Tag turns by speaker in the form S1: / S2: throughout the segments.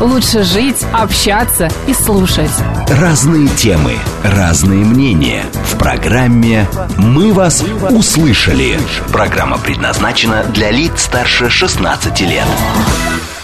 S1: лучше жить, общаться и слушать.
S2: Разные темы, разные мнения. В программе «Мы вас услышали». Программа предназначена для лиц старше 16 лет.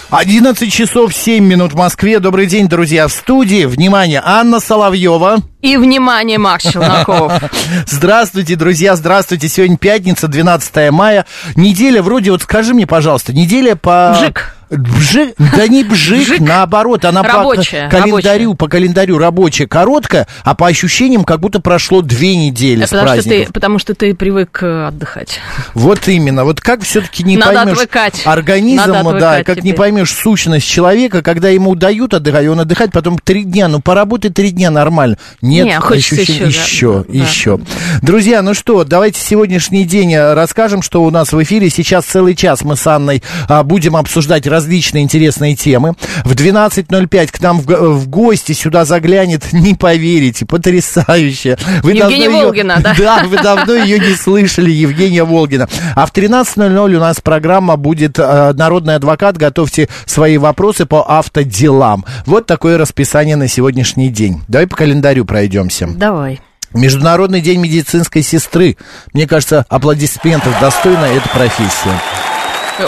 S3: 11 часов 7 минут в Москве. Добрый день, друзья, в студии. Внимание, Анна Соловьева.
S4: И, внимание, Макс Челноков.
S3: Здравствуйте, друзья, здравствуйте. Сегодня пятница, 12 мая. Неделя вроде, вот скажи мне, пожалуйста, неделя по...
S4: Бжик.
S3: Бжик, да не бжик, наоборот, она
S4: Рабочая,
S3: по календарю, по календарю рабочая короткая, а по ощущениям как будто прошло две недели с
S4: Э, Потому что,
S3: праздников.
S4: ты, потому что ты привык э, отдыхать.
S3: Вот именно. Вот как все-таки не
S4: Надо
S3: поймешь
S4: отвыкать.
S3: организм,
S4: Надо отвыкать
S3: да, как не
S4: теперь.
S3: поймешь сущность человека, когда ему дают отдыхать, и он отдыхает, потом три дня, ну поработай три дня нормально. Нет,
S4: Не, хочется
S3: ощущений-
S4: еще,
S3: еще,
S4: да. Да.
S3: еще. Друзья, ну что, давайте сегодняшний день э, расскажем, что у нас в эфире. Сейчас целый час мы с Анной а, будем обсуждать различные интересные темы. В 12.05 к нам в, го- в гости сюда заглянет, не поверите, потрясающе. Вы
S4: Евгения
S3: давно её-
S4: Волгина, да?
S3: Да, вы давно ее не слышали, Евгения Волгина. А в 13.00 у нас программа будет э, «Народный адвокат». Готовьте свои вопросы по автоделам. Вот такое расписание на сегодняшний день. Давай по календарю пройдемся.
S4: Давай.
S3: Международный день медицинской сестры. Мне кажется, аплодисментов достойна эта профессия.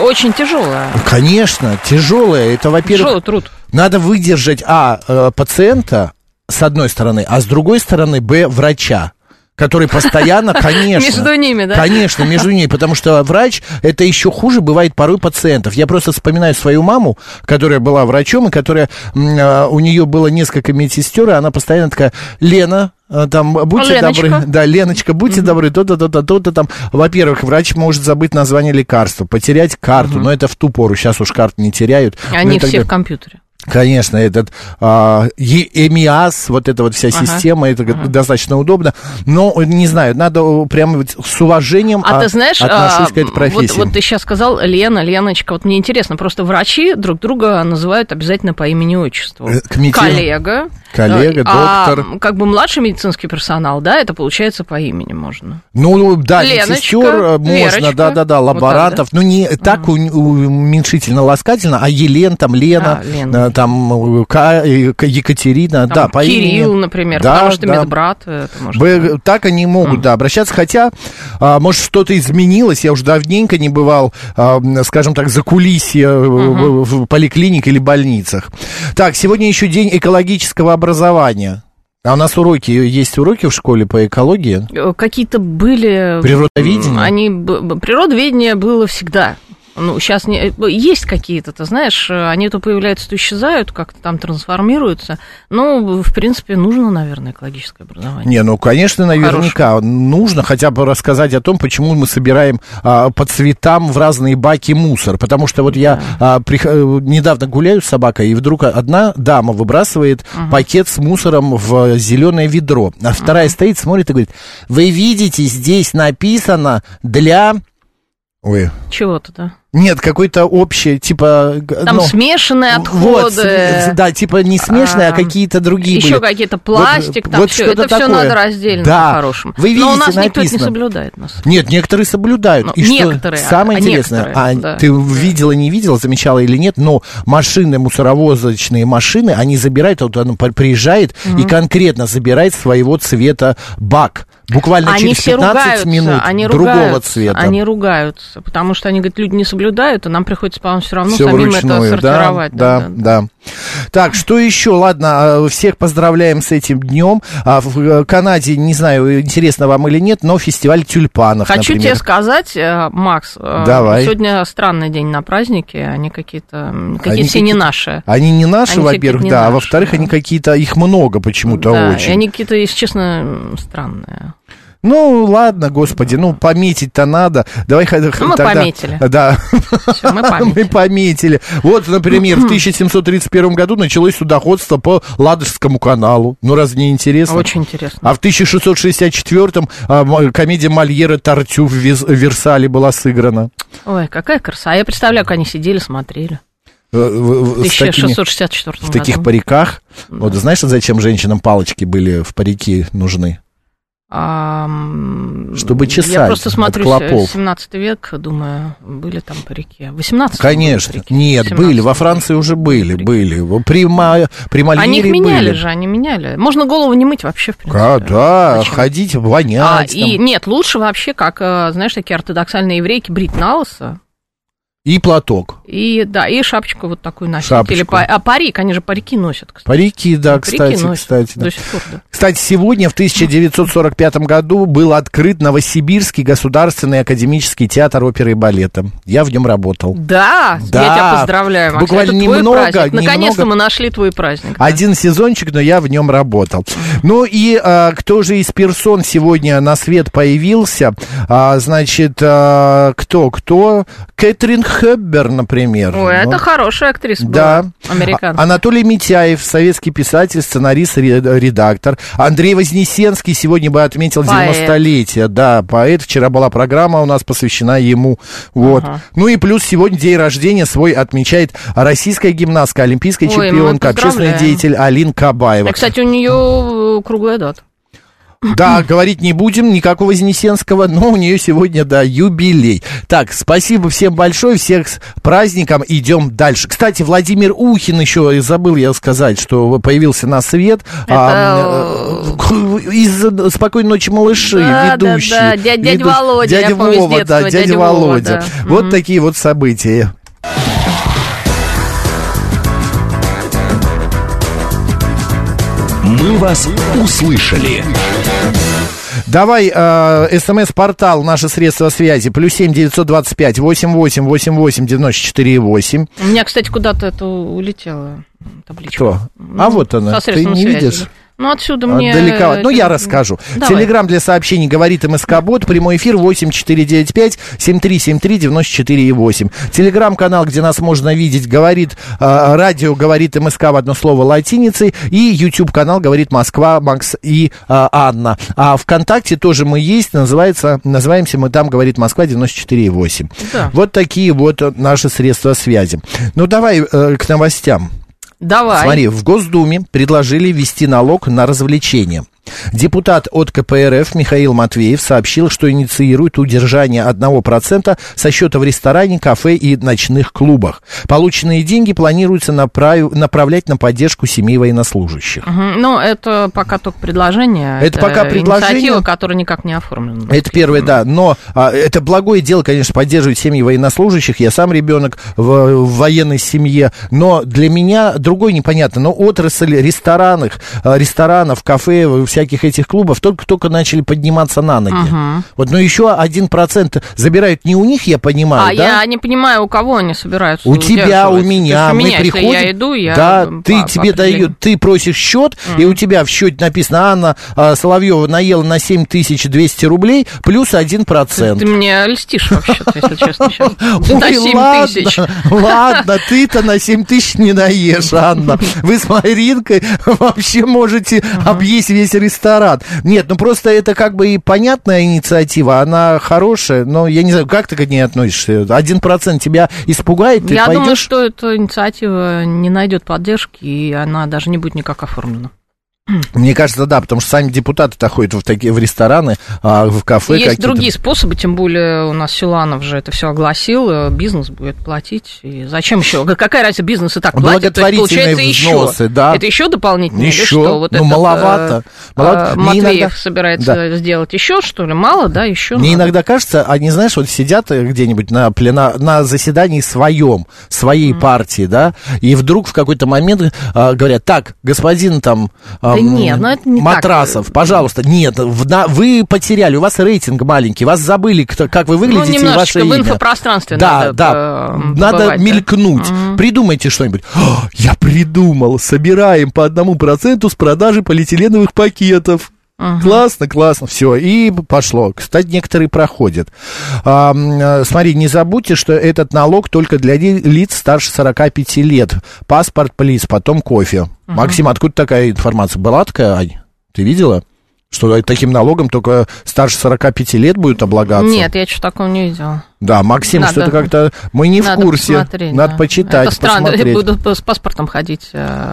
S4: Очень тяжело.
S3: Конечно, тяжелая. Это, во-первых,
S4: Тяжелый труд.
S3: надо выдержать, а, э, пациента, с одной стороны, а с другой стороны, б, врача, который постоянно, конечно...
S4: Между ними, да?
S3: Конечно, между ними, потому что врач, это еще хуже бывает порой пациентов. Я просто вспоминаю свою маму, которая была врачом, и которая, м, э, у нее было несколько медсестер, и она постоянно такая, Лена, э, там, будьте
S4: Леночка.
S3: добры, да, Леночка, будьте добры, то-то, то-то, то-то там. Во-первых, врач может забыть название лекарства, потерять карту, но это в ту пору, сейчас уж карт не теряют. Ну и
S4: Они
S3: так
S4: А все
S3: далее.
S4: в компьютере.
S3: Конечно, этот а, Е- ЭМИАС, вот эта вот вся
S4: Ага.
S3: система, это достаточно удудно. Но, э, не знаю, надо э, прямо вот с уважением
S4: А,
S3: а,
S4: ты знаешь,
S3: отношусь
S4: а,
S3: к этой профессии.
S4: Вот, вот ты сейчас сказал Лена, Леночка, вот мне интересно, просто врачи друг друга называют обязательно по имени и отчеству.
S3: Э, к меди-
S4: Коллега.
S3: Коллега,
S4: э, а,
S3: доктор.
S4: как бы младший медицинский персонал, да, это получается по имени можно.
S3: Ну, да,
S4: Леночка,
S3: медсестер э, можно,
S4: Верочка.
S3: да-да-да,
S4: Вот так,
S3: лаборантов. ну, не так у- уменьшительно ласкательно, а Елен, там, Лена,
S4: А, Лена.
S3: э, там, э, Ка- э, К- Екатерина,
S4: Там
S3: да, по имени.
S4: Кирилл, например,
S3: Да,
S4: потому что
S3: да.
S4: медбрат. э, Это может быть.
S3: Б- э, Так они могут, да, обращаться. Хотя, а, может, что-то изменилось. Я уже давненько не бывал, а, м, скажем так, за кулисье в, в поликлиник или больницах. Так, сегодня еще день экологического образования. А у нас уроки, есть уроки в школе по экологии,
S4: Э, Какие-то были...
S3: природоведение.
S4: Они... б- б- Природоведение было всегда. Ну, сейчас не... есть какие-то, ты знаешь, э, они то появляются, то исчезают, как-то там трансформируются. Ну, в принципе, нужно, наверное, экологическое образование.
S3: Не, ну, конечно, наверняка нужно хотя бы рассказать о том, почему мы собираем а, по цветам в разные баки мусор. Потому что вот я а, прих- э, недавно гуляю с собакой, и вдруг одна дама выбрасывает пакет с мусором в зеленое ведро, а вторая стоит, смотрит и говорит, вы видите, здесь написано для... Ой.
S4: Чего-то, да.
S3: Нет, какой-то общий, типа... г-
S4: Там
S3: ну,
S4: смешанные отходы.
S3: вот, с- да, типа не смешные, а,
S4: а,
S3: какие то другие
S4: Еще
S3: были.
S4: какие-то пластик,
S3: Вот-
S4: там
S3: вот
S4: все.
S3: что-то
S4: Это все
S3: такое.
S4: надо раздельно
S3: Да.
S4: по-хорошему.
S3: Вы
S4: Но у
S3: видите,
S4: нас никто это не
S3: написано.
S4: соблюдает нас.
S3: Нет, некоторые соблюдают.
S4: Ну,
S3: и что
S4: некоторые,
S3: самое
S4: а
S3: интересное,
S4: некоторые,
S3: а
S4: да.
S3: ты видела, не видела, замечала или нет, но машины, мусоровозочные машины, они забирают, вот он при- приезжает и конкретно забирает своего цвета бак. Буквально
S4: Они
S3: через
S4: все
S3: 15
S4: ругаются,
S3: минут
S4: они
S3: другого
S4: ругаются,
S3: цвета.
S4: Они ругаются, потому что они говорят, люди не соблюдают, и нам приходится, по-моему, все равно
S3: Всё
S4: самим ну, это
S3: вручную, да,
S4: сортировать.
S3: Да, да, Так, что еще? Ладно, э, всех поздравляем с этим днем. А В э, Канаде, не знаю, интересно вам или нет, но фестиваль тюльпанов,
S4: Хочу
S3: например.
S4: тебе сказать, э, Макс, э,
S3: Давай.
S4: сегодня странный день на празднике, они какие-то, м, какие-то
S3: Они
S4: все не
S3: какие-то-
S4: наши.
S3: Они не наши,
S4: Они
S3: во-первых,
S4: всё-таки не
S3: да, а
S4: наши,
S3: во-вторых,
S4: да.
S3: они какие-то, их много почему-то
S4: Да, и
S3: очень.
S4: они какие-то, если честно, м, странные.
S3: Ну, ладно, господи, ну, пометить-то надо. Давай х- х-
S4: Ну, мы
S3: тогда-
S4: пометили.
S3: Да,
S4: Всё, мы
S3: мы
S4: пометили.
S3: пометили. Вот, например, в 1731 году началось судоходство по Ладожскому каналу. Ну, разве не интересно?
S4: Очень интересно.
S3: А в 1664-м а, м- комедия Мольера «Тартю» в Виз- в Версале была сыграна.
S4: Ой, какая краса. А я представляю, как они сидели, смотрели.
S3: Э, в-
S4: В
S3: в- с такими-
S4: 1664
S3: В таких
S4: году.
S3: париках. Вот знаешь, зачем женщинам палочки были в парики нужны?
S4: Ам,
S3: Чтобы
S4: Я
S3: чесать
S4: просто
S3: от
S4: смотрю,
S3: клопов.
S4: 17 век, думаю, были там парики. 18
S3: Конечно. Нет, были. Во Франции уже были, были. При, ма- при Мольере
S4: Они их меняли
S3: были.
S4: же, они меняли. Можно голову не мыть вообще, в принципе.
S3: А, да,
S4: Зачем?
S3: ходить, вонять.
S4: А,
S3: там.
S4: и
S3: и...
S4: нет, лучше вообще, как, э, знаешь, такие ортодоксальные еврейки, брить на лысо,
S3: платок.
S4: и, да, и шапочку вот такую носить.
S3: Шапочку.
S4: Или па- а парик, они же парики носят, кстати.
S3: Парики, да, кстати,
S4: Парики носят
S3: кстати. да.
S4: до сих пор, да.
S3: Кстати, сегодня, в 1945 году, был открыт Новосибирский государственный академический театр оперы и балета. Я в нем работал.
S4: Да, я
S3: Да.
S4: тебя поздравляю, Макс.
S3: Буквально
S4: Это твой
S3: немного,
S4: праздник. Наконец-то
S3: немного.
S4: мы нашли твой праздник. да.
S3: Один сезончик, но я в нем работал. Ну и а, кто же из персон сегодня на свет появился? А, значит, а, кто? Кто? Кэтрин Хэббер, например.
S4: Ой, а
S3: Ну,
S4: это хорошая актриса
S3: Да.
S4: была, американка.
S3: А- Анатолий Митяев, советский писатель, сценарист, ре- редактор. Андрей Вознесенский сегодня бы отметил
S4: Поэт.
S3: 90-летие. Да, поэт. Вчера была программа у нас посвящена ему. Вот. Ну и плюс сегодня день рождения свой отмечает российская гимнастка, олимпийская
S4: Ой, мы
S3: чемпионка, общественный
S4: поздравляем.
S3: деятель Алин Кабаева.
S4: А, кстати, у нее э, круглая дата.
S3: Да, говорить не будем, никакого Вознесенского, но у нее сегодня, да, юбилей. Так, спасибо всем большое, всех с праздником, идем дальше. Кстати, Владимир Ухин еще, и забыл я сказать, что появился на свет. а,
S4: Это,
S3: э, из «Спокойной ночи, малыши»,
S4: Да, да,
S3: ведущий.
S4: да, дядя- дядя Володя, я
S3: Дядя
S4: помню с
S3: Вова,
S4: детства,
S3: да, дядя,
S4: дядя Вова,
S3: Володя.
S4: да.
S3: Вот
S4: Мгм.
S3: такие вот события.
S2: «Мы вас услышали».
S3: Давай э, смс-портал, наши средства связи, плюс семь девятьсот двадцать пять восемь восемь восемь восемь девяносто четыре восемь.
S4: У меня, кстати, куда-то это улетела м, табличка. Ну,
S3: Кто? А вот она.
S4: Со
S3: Ты
S4: средством
S3: не
S4: связи,
S3: видишь?
S4: да. Ну, отсюда
S3: А,
S4: мне...
S3: далековато. Ну,
S4: это-
S3: я расскажу.
S4: Давай.
S3: Телеграмм для сообщений говорит МСК-бот. Прямой эфир 8495-7373-94,8. Телеграм-канал, где нас можно видеть, говорит э, радио, говорит МСК в одно слово латиницей. И YouTube-канал говорит Москва, Макс и э, Анна. А ВКонтакте тоже мы есть. Называется, называемся мы там, говорит Москва 94,8.
S4: Да.
S3: Вот такие вот э, наши средства связи. Ну, давай э, к новостям.
S4: Давай.
S3: Смотри, в Госдуме предложили ввести налог на развлечения. Депутат от КПРФ Михаил Матвеев сообщил, что инициирует удержание 1% со счета в ресторане, кафе и ночных клубах. Полученные деньги планируется направ- направлять на поддержку семей военнослужащих.
S4: Мгм. Ну, это пока только предложение.
S3: Это пока
S4: Инициатива,
S3: предложение.
S4: которая никак не оформлена.
S3: Это первое, да. Но а, это благое дело, конечно, поддерживать семьи военнослужащих. Я сам ребенок в, в военной семье. Но для меня другое непонятно. Но отрасль ресторанов, а, ресторанов, кафе, всяких этих клубов только-только начали подниматься на ноги. Вот, но еще один процент забирают не у них, я понимаю,
S4: А
S3: да?
S4: я не понимаю, у кого они собираются
S3: У тебя, у
S4: удерживать.
S3: меня, мы
S4: Ну, То есть у меня, если
S3: приходим,
S4: я иду, я...
S3: да,
S4: м,
S3: ты
S4: по-
S3: тебе
S4: по определению.
S3: дают, ты просишь счет, и у тебя в счете написано, Анна а, Соловьева наела на 7200 рублей плюс 1%. процент.
S4: Ты мне льстишь вообще-то, если честно, сейчас. На
S3: Ой,
S4: 7
S3: ладно,
S4: тысяч.
S3: ладно, ты-то на 7 тысяч не наешь, Анна. Вы с Маринкой вообще можете объесть весь ресторан. Нет, ну просто это как бы и понятная инициатива, она хорошая, но я не знаю, как ты к ней относишься? Один процент тебя испугает, ты
S4: Я думаю,
S3: пойдешь?
S4: что эта инициатива не найдет поддержки, и она даже не будет никак оформлена.
S3: Мне кажется, да, потому что сами депутаты-то ходят в такие в рестораны, а, в кафе
S4: Есть
S3: какие-то.
S4: другие способы, тем более у нас Силанов же это все огласил, э, бизнес будет платить. И зачем еще? Какая разница, бизнес и так платит, то есть
S3: Ну, Благотворительные
S4: получается еще.
S3: взносы, да.
S4: Это еще дополнительно? или
S3: Еще?
S4: что? Вот
S3: А? Ну,
S4: этот, э,
S3: маловато. Маловато.
S4: э,
S3: Мне
S4: Матвеев
S3: иногда-
S4: собирается
S3: Да.
S4: сделать еще, что ли? Мало, да, еще?
S3: Мне
S4: надо.
S3: иногда кажется, они, знаешь, вот сидят э, где-нибудь на, плена, на заседании своем, своей партии, да, и вдруг в какой-то момент э, говорят, так, господин там э,
S4: Да нет, ну это не так.
S3: Матрасов, пожалуйста, нет, в- на- вы потеряли, у вас рейтинг маленький, вас забыли, кто, как вы выглядите и
S4: ну,
S3: ваше
S4: немножечко в
S3: имя.
S4: инфопространстве
S3: Да,
S4: надо,
S3: да,
S4: э,
S3: надо
S4: побывать, да.
S3: мелькнуть, придумайте что-нибудь. «А, я придумал, собираем по одному проценту с продажи полиэтиленовых пакетов. Классно, классно, все, и пошло. Кстати, некоторые проходят. А, м, э, смотри, не забудьте, что этот налог только для ли- лиц старше 45 лет. Паспорт, плиз, потом кофе. Максим, откуда такая информация? Была такая, Ань? Ты видела? Что таким налогом только старше 45 лет будет облагаться?
S4: Нет, я что такого не видела.
S3: Да, Максим,
S4: Надо.
S3: что-то как-то... Мы не
S4: Надо
S3: в курсе.
S4: посмотреть,
S3: Надо
S4: да.
S3: почитать,
S4: Это странно,
S3: посмотреть.
S4: буду с паспортом ходить.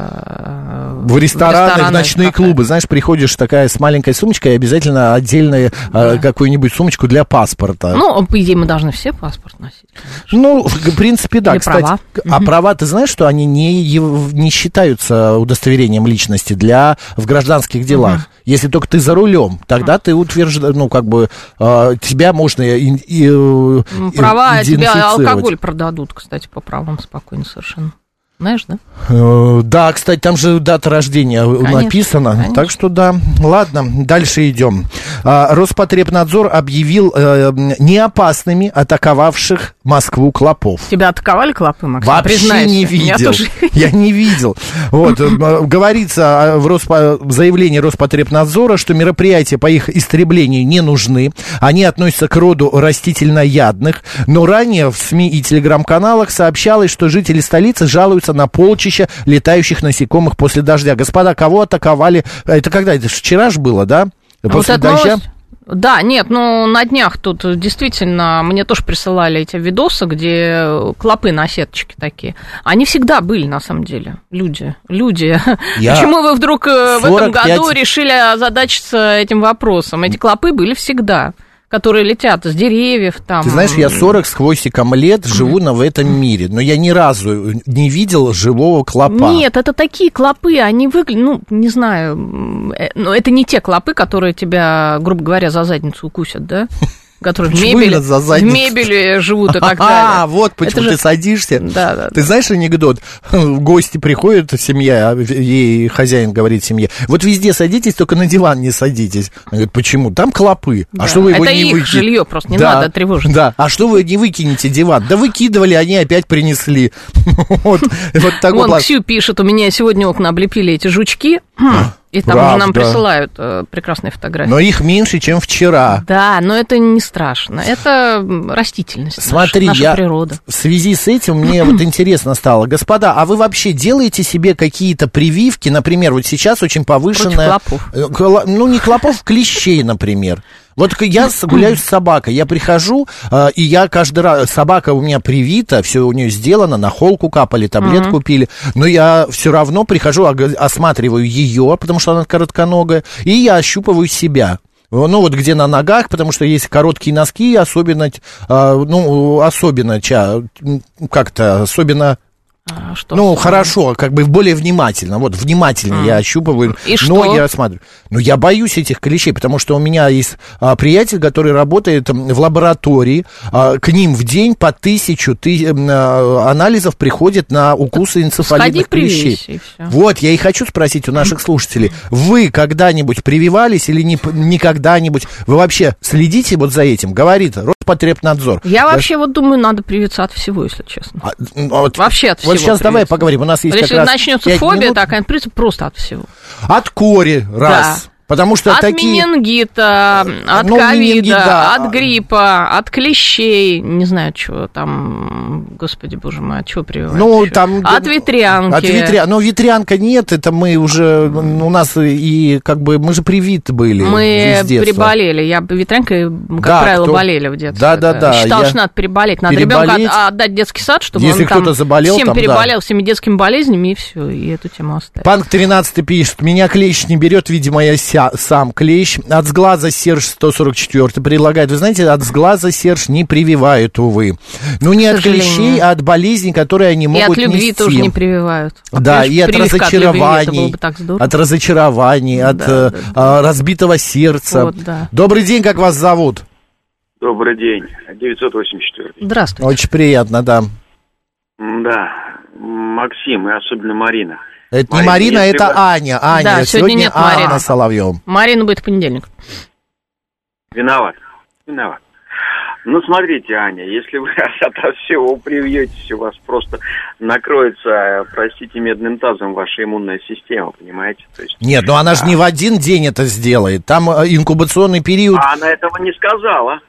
S4: э,
S3: в рестораны, в
S4: рестораны,
S3: ночные
S4: в кафе.
S3: клубы, знаешь, приходишь такая с маленькой сумочкой, и обязательно отдельно э, какую-нибудь сумочку для паспорта.
S4: Ну, по идее, мы должны все паспорт носить.
S3: Ну, в принципе, да,
S4: Или
S3: кстати.
S4: права.
S3: К- А права, ты знаешь, что они не, ев- не считаются удостоверением личности для в гражданских делах. Если только ты за рулем, тогда ты утверждаешь, ну, как бы, э, тебя можно ин- и, э,
S4: М, Ну, Права, тебе
S3: идентифицировать.
S4: алкоголь продадут, кстати, по правам спокойно совершенно. Знаешь, да?
S3: Э, Да, кстати, там же дата рождения э,
S4: Конечно,
S3: написана.
S4: конечно.
S3: Так что да. Ладно, дальше идем. А, Роспотребнадзор объявил э, м, неопасными атаковавших Москву клопов.
S4: Тебя атаковали клопы, Максим?
S3: Вообще
S4: Признайся.
S3: не
S4: Я
S3: видел.
S4: тоже
S3: Я не видел. Вот, э, м, говорится а, в Роспо- в заявлении Роспотребнадзора, что мероприятия по их истреблению не нужны. Они относятся к роду растительноядных. Но ранее в СМИ и телеграм-каналах сообщалось, что жители столицы жалуются на полчища летающих насекомых после дождя. Господа, кого атаковали? Это когда? Это ж вчера же было, да? После
S4: Ну, Вот эта
S3: дождя?
S4: новость. Да, нет, ну на днях тут э, действительно мне тоже присылали эти видосы, где э, клопы на сеточке такие. Они всегда были, на самом деле, люди. Люди.
S3: Я-
S4: Почему вы вдруг э, в этом
S3: 45
S4: году решили озадачиться этим вопросом? Эти клопы были всегда, которые летят с деревьев там.
S3: Ты знаешь, я 40 с хвостиком лет живу на, в этом мире, но я ни разу не видел живого клопа.
S4: Нет, это такие клопы, они выглядят, ну, не знаю, м, э, но это не те клопы, которые тебя, грубо говоря, за задницу укусят, да? Которые в
S3: Почему
S4: мебели,
S3: именно за
S4: в
S3: задницу?
S4: мебели живут и так
S3: А,
S4: далее.
S3: вот
S4: Это
S3: почему
S4: же-
S3: ты садишься.
S4: Да, да,
S3: Ты знаешь анекдот? В Гости приходят, семья, а в- ей хозяин говорит семье, вот везде садитесь, только на диван не садитесь. Она говорит, почему? Там клопы. А
S4: Да.
S3: что вы его
S4: Это
S3: не
S4: их
S3: выкинете?
S4: жилье просто, не надо тревожиться.
S3: Да, а что вы не выкинете диван? Да выкидывали, они опять принесли. Вот вот такой
S4: Вон
S3: план.
S4: Ксю пишет, у меня сегодня окна облепили эти жучки, хм, и там уже нам
S3: А, Правда. Ну,
S4: присылают э, прекрасные фотографии.
S3: Но их меньше, чем вчера.
S4: Да, но это не страшно. Это м, растительность, наша-
S3: Смотри,
S4: наша,
S3: я
S4: природа.
S3: в связи с этим мне вот интересно стало. Господа, а вы вообще делаете себе какие-то прививки? Например, вот сейчас очень повышенная...
S4: клопов.
S3: Э, кла- Ну, не клопов, клещей, например. Вот к- я с- гуляю с собакой, я прихожу, э, и я каждый раз... Собака у меня привита, все у нее сделано, на холку капали, таблетку пили, но я все равно прихожу, ог- осматриваю ее, потому что она коротконогая, и я ощупываю себя. Ну, вот где на ногах, потому что есть короткие носки, особенно, а, ну, особенно, ча- м, как-то, особенно,
S4: А, что?
S3: ну, хорошо, как бы более внимательно, вот, внимательно я ощупываю,
S4: И
S3: но
S4: что?
S3: я осматриваю. Но я боюсь этих клещей, потому что у меня есть а, приятель, который работает м, в лаборатории, а, к ним в день по тысячу ты- м, а, анализов приходит на укусы
S4: Сходи,
S3: энцефалитных клещей.
S4: привейся, и все.
S3: Вот, я и хочу спросить у наших слушателей. Вы когда-нибудь прививались или не, никогда-нибудь? Вы вообще следите вот за этим? Говорит Роспотребнадзор.
S4: Я
S3: Да.
S4: вообще вот думаю, надо привиться от всего, если честно.
S3: А, ну, а вот,
S4: Вообще от всего.
S3: вот сейчас давай
S4: привиться.
S3: поговорим. У нас есть
S4: Вот
S3: как
S4: Если
S3: раз
S4: начнется
S3: пять
S4: фобия
S3: минут.
S4: такая, придется просто от всего.
S3: От кори, раз.
S4: Да.
S3: Потому что
S4: от
S3: такие...
S4: менингита, от
S3: ну,
S4: ковида,
S3: менингит, да.
S4: от гриппа, от клещей, не знаю, от чего там, господи боже мой, от чего прививать?
S3: Ну, там...
S4: От ветрянки.
S3: От ветря... Ну, ветрянка нет, это мы уже... м, У нас и как бы... Мы же привиты были.
S4: Мы
S3: с детства.
S4: приболели. Я б- ветрянкой, как
S3: Да,
S4: правило,
S3: кто-
S4: болели в детстве.
S3: Да, да, да,
S4: Считал,
S3: я-
S4: что надо переболеть. Надо
S3: Переболеть.
S4: ребенка от- отдать в детский сад, чтобы
S3: Если
S4: он там
S3: кто-то заболел,
S4: всем
S3: там, да.
S4: переболел, всеми детскими болезнями, и все, и эту тему оставить.
S3: Панк 13 пишет, меня клещ не берет, видимо, я ся- сам клещ. От сглаза Серж 144 предлагает. Вы знаете, от сглаза Серж не прививают, увы. Ну, не от
S4: сожалению.
S3: клещей, а от болезней, которые они
S4: И
S3: могут
S4: от любви
S3: нести.
S4: тоже не прививают. Вот,
S3: Да,
S4: понимаешь,
S3: и от
S4: прививка любви, это было
S3: разочарований,
S4: бы так здорово.
S3: от разочарований, от
S4: Да,
S3: э,
S4: да,
S3: а, разбитого сердца.
S4: Вот, да.
S3: Добрый день, как вас зовут?
S5: Добрый день. 984.
S4: Здравствуйте.
S3: Очень приятно, да.
S5: Да, Максим и особенно Марина.
S3: Это не
S5: Марина,
S3: Марина,
S5: если
S3: это
S5: вы-
S3: Аня. Аня,
S4: Да, сегодня нет
S3: Анна
S4: Марины.
S3: Соловьева.
S4: Марина будет в понедельник.
S5: Виноват. Виноват. Ну, смотрите, Аня, если вы от всего привьетесь, у вас просто накроется, простите, медным тазом ваша иммунная система, понимаете? То есть,
S3: Нет, ну она же не в один день это сделает. Там э, инкубационный период.
S5: а она этого не сказала.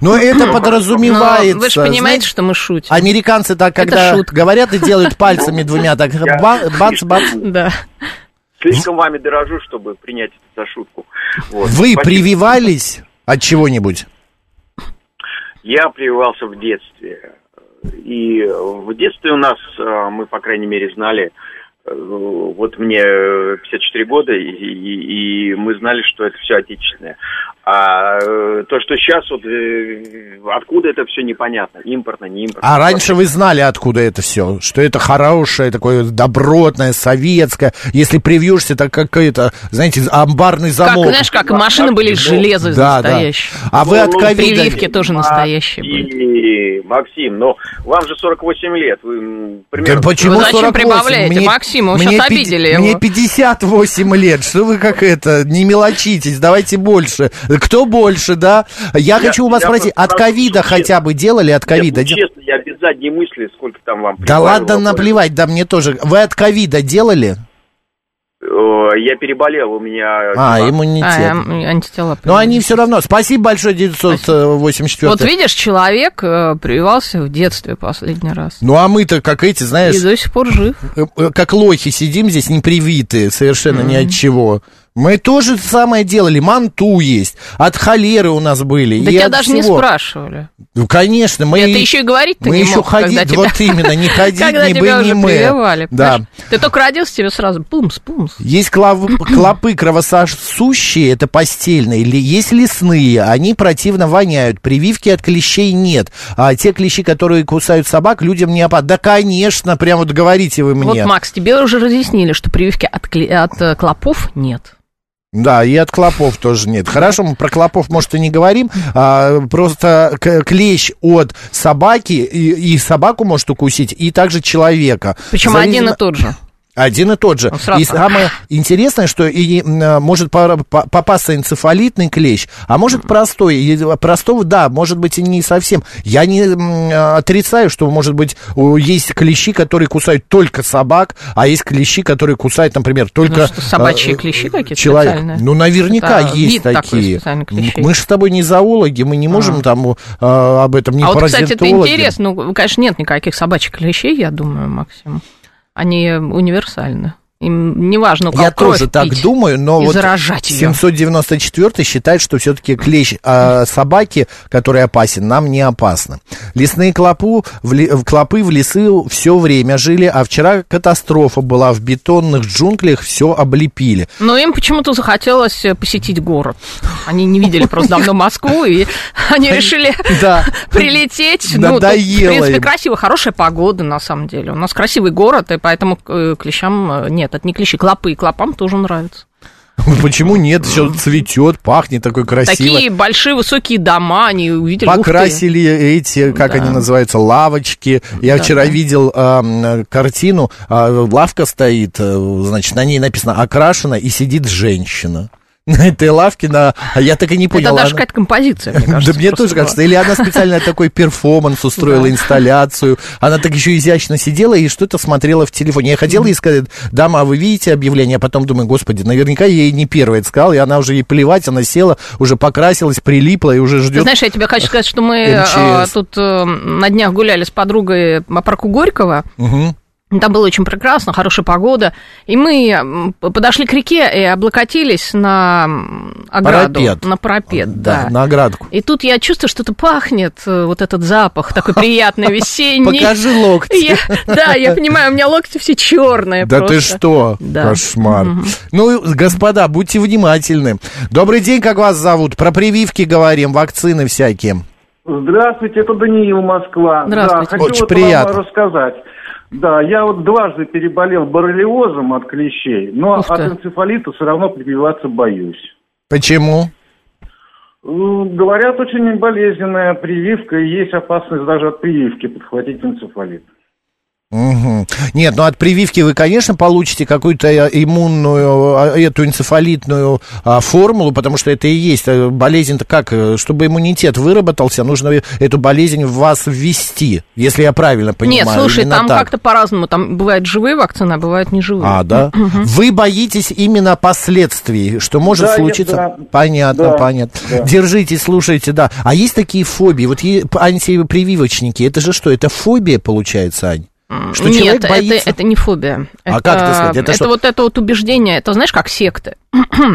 S3: Но это
S4: Но
S3: подразумевается.
S4: Ну, вы же понимаете,
S3: знаете, А
S4: что мы шутим.
S3: Американцы так, когда
S4: шутка. Ну,
S3: говорят и делают пальцами двумя, так ба- бац-бац.
S4: Да.
S5: Слишком вами дорожу, чтобы принять это за шутку. Вот.
S3: Вы
S5: Спасибо.
S3: прививались от чего-нибудь?
S5: Я прививался в детстве. И в детстве у нас, э, мы, по крайней мере, знали, э, вот мне э, 54 года, и, и- и мы знали, что это все отечественное. А э, то, что сейчас, вот э, откуда это все непонятно, импортно, не импортно.
S3: А раньше вы знали, откуда это все? Что это хорошее, такое добротное, советское. Если привьешься, так какой-то, знаете, амбарный
S4: Как,
S3: замок.
S4: знаешь, как машины были из железа из
S3: Да, да.
S4: настоящих.
S3: А вы от
S5: Ну,
S3: ковида...
S4: Прививки тоже настоящие были.
S5: И, Максим, но вам же 48 лет, вы м,
S3: Да
S5: примерно...
S3: почему
S4: Вы зачем
S3: 48?
S4: прибавляете, Максим? Вы сейчас
S3: пи-
S4: обидели его.
S3: Мне 58 лет. Что вы как это? Не мелочитесь, давайте больше. Кто больше, да? Я, хочу у вас
S5: я
S3: спросить,
S5: просто
S3: от ковида
S5: спрашиваю,
S3: хотя бы делали? От
S5: Нет,
S3: ковида?
S5: ну, честно, я без задней мысли, сколько там вам
S3: Да
S5: прибавило.
S3: ладно, наплевать, да мне тоже. Вы от ковида делали?
S5: Э, Я переболел, у меня...
S3: А,
S5: дела.
S4: А,
S3: иммунитет.
S4: м, антитела.
S3: Но Ну, они все равно. Спасибо большое, 984.
S4: Вот видишь, человек э, прививался в детстве последний раз.
S3: Ну а мы-то, как эти, знаешь,
S4: И до сих пор жив.
S3: э, э, как лохи сидим здесь, не привитые, совершенно ни от чего. Мы тоже самое делали, манту есть, от холеры у нас были.
S4: Да
S3: и
S4: тебя
S3: от
S4: даже не
S3: всего.
S4: спрашивали.
S3: Ну, конечно, мы...
S4: Это еще и говорить-то
S3: мы
S4: не
S3: еще
S4: мог,
S3: ходить,
S4: когда тебя-
S3: вот именно, не ходить,
S4: Когда
S3: не
S4: тебя
S3: бы, не
S4: уже
S3: мы.
S4: прививали.
S3: Да.
S4: понимаешь? Ты только родился, тебе сразу пумс, пумс.
S3: Есть клав- клопы кровососущие, это постельные, или есть лесные, они противно воняют. Прививки от клещей нет. А те клещи, которые кусают собак, людям не опасны. Да, конечно, прям вот говорите вы мне.
S4: Вот, Макс, тебе уже разъяснили, что прививки от, кле- от э, клопов нет.
S3: Да, и от клопов тоже нет. Хорошо, мы про клопов, может, и не говорим. а, просто к- клещ от собаки, и, и собаку может укусить, и также человека.
S4: Причем один
S3: Зависимо-
S4: и тот же.
S3: Один и тот же.
S4: Он Ну, сразу.
S3: И самое интересное, что и, м, э, может пора- по- попасться энцефалитный клещ, а может простой. И э, простого, да, может быть и не совсем. Я не м, э, отрицаю, что, может быть, у- есть клещи, которые кусают только собак, а есть клещи, которые кусают, например, только...
S4: Ну, что, собачьи
S3: э, э,
S4: клещи какие-то
S3: человек.
S4: специальные?
S3: Ну, наверняка
S4: Это
S3: есть
S4: вид такой
S3: такие.
S4: специальный клещей.
S3: Мы же с тобой не зоологи, мы не можем там э, об этом не
S4: а вот, кстати, это
S3: паразитологи.
S4: интересно. Ну, конечно, нет никаких собачьих клещей, я думаю, Максим. Они э, универсальны. Им не важно, как
S3: Я тоже так думаю, но
S4: А и
S3: вот
S4: заражать её.
S3: 794 считает, что все-таки клещ а, собаки, который опасен, нам не опасно. Лесные клопу, в ли- в клопы в лесы все время жили, а вчера катастрофа была в бетонных джунглях, все облепили.
S4: Но им почему-то захотелось э, посетить город. Они не видели просто давно Москву, и они решили
S3: Да.
S4: прилететь.
S3: Да,
S4: Ну, тут,
S3: доело
S4: В принципе,
S3: им.
S4: красиво, хорошая погода, на самом деле. У нас красивый город, и поэтому э, клещам... э, Нет, это не клещи, клопы. И клопам тоже нравится.
S3: Почему нет? Все цветет, пахнет такой красиво.
S4: Такие большие, высокие дома, они увидели... ух ты.
S3: Покрасили эти, как
S4: Да.
S3: они называются, лавочки. Я
S4: Да,
S3: вчера
S4: да.
S3: видел а, м, картину, а, лавка стоит, э, значит, на ней написано «Окрашена» и сидит женщина. На этой лавке, на... а я так и не понял.
S4: Это даже
S3: она-
S4: какая-то композиция, мне кажется.
S3: да мне
S4: просто
S3: тоже
S4: была.
S3: кажется, или она специально такой перформанс устроила, инсталляцию, она так еще изящно сидела и что-то смотрела в телефоне. Я хотел ей сказать, дама, а вы видите объявление, а потом думаю, господи, наверняка я ей не первая это сказал, и она уже ей плевать, она села, уже покрасилась, прилипла и уже
S4: Ты
S3: ждет
S4: знаешь, я тебе хочу сказать, что мы
S3: МЧС.
S4: а, тут э, на днях гуляли с подругой по парку Горького. Там было очень прекрасно, хорошая погода. И мы м, подошли к реке и облокотились на м, ограду.
S3: Парапет.
S4: На парапет, да.
S3: Да, на оградку.
S4: И тут я чувствую, что-то пахнет, э, вот этот запах такой приятный, весенний.
S3: Покажи локти.
S4: Я- да, я понимаю, у меня локти все черные
S3: Да
S4: просто.
S3: ты что?
S4: Да.
S3: Кошмар. Ну, господа, будьте внимательны. Добрый день, как вас зовут? Про прививки говорим, вакцины всякие.
S6: Здравствуйте, это Даниил Москва.
S4: Здравствуйте.
S6: Да, хочу
S3: Очень
S6: вот
S3: приятно.
S6: вам рассказать. Да, я вот дважды переболел боррелиозом от клещей, но
S4: Ух ты.
S6: от энцефалита все равно прививаться боюсь.
S3: Почему?
S6: Э,
S5: Ну,
S6: Говорят, очень болезненная прививка, и есть опасность даже от прививки подхватить энцефалит.
S3: Угу. Нет, ну от прививки вы, конечно, получите какую-то э, иммунную, э, эту энцефалитную а, формулу, потому что это и есть э, болезнь-то как, э, чтобы иммунитет выработался, нужно э- эту болезнь в вас ввести, если я правильно понимаю.
S4: Нет, слушай,
S3: именно
S4: там
S3: так.
S4: как-то по-разному. Там бывают живые вакцины, а бывают неживые.
S3: А, да? Вы боитесь именно последствий, что может
S4: Да, я-
S3: случиться?
S4: да.
S3: Понятно,
S4: Да,
S3: понятно.
S4: да.
S3: Держитесь, слушайте, да. А есть такие фобии, вот е- антипрививочники, это же что, это фобия получается, Ань? Что человек
S4: Нет,
S3: боится-
S4: это, это не фобия.
S3: А
S4: это,
S3: как это сказать? Это что?
S4: вот это вот убеждение, это знаешь, как секты.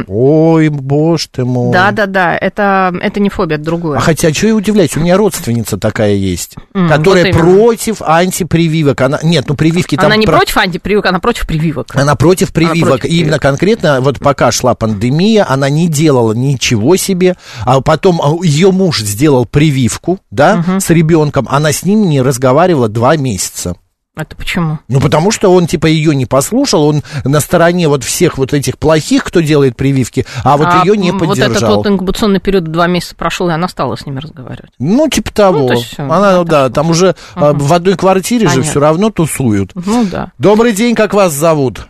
S3: Ой, боже ты мой.
S4: Да-да-да, это, это не фобия, это другое.
S3: А хотя, что я удивляюсь, у меня родственница такая есть,
S4: М,
S3: которая
S4: вот именно.
S3: против антипрививок. Она, нет, ну прививки там...
S4: Она не
S3: про-
S4: против антипрививок, она против прививок.
S3: Она против прививок.
S4: против
S3: и именно конкретно, вот пока шла пандемия, она не делала ничего себе. А потом ее муж сделал прививку, да, с ребенком. Она с ним не разговаривала два месяца.
S4: Это почему?
S3: Ну, потому что он, типа, ее не послушал, он на стороне вот всех вот этих плохих, кто делает прививки, а вот ее не
S4: м,
S3: поддержал.
S4: Вот этот вот ингубационный период в два месяца прошел, и она стала с ними разговаривать.
S3: Ну, типа того.
S4: то есть всё,
S3: Она, да, там уже а, в одной квартире же
S4: Понятно.
S3: все равно тусуют.
S4: Ну да.
S3: Добрый день, как вас зовут?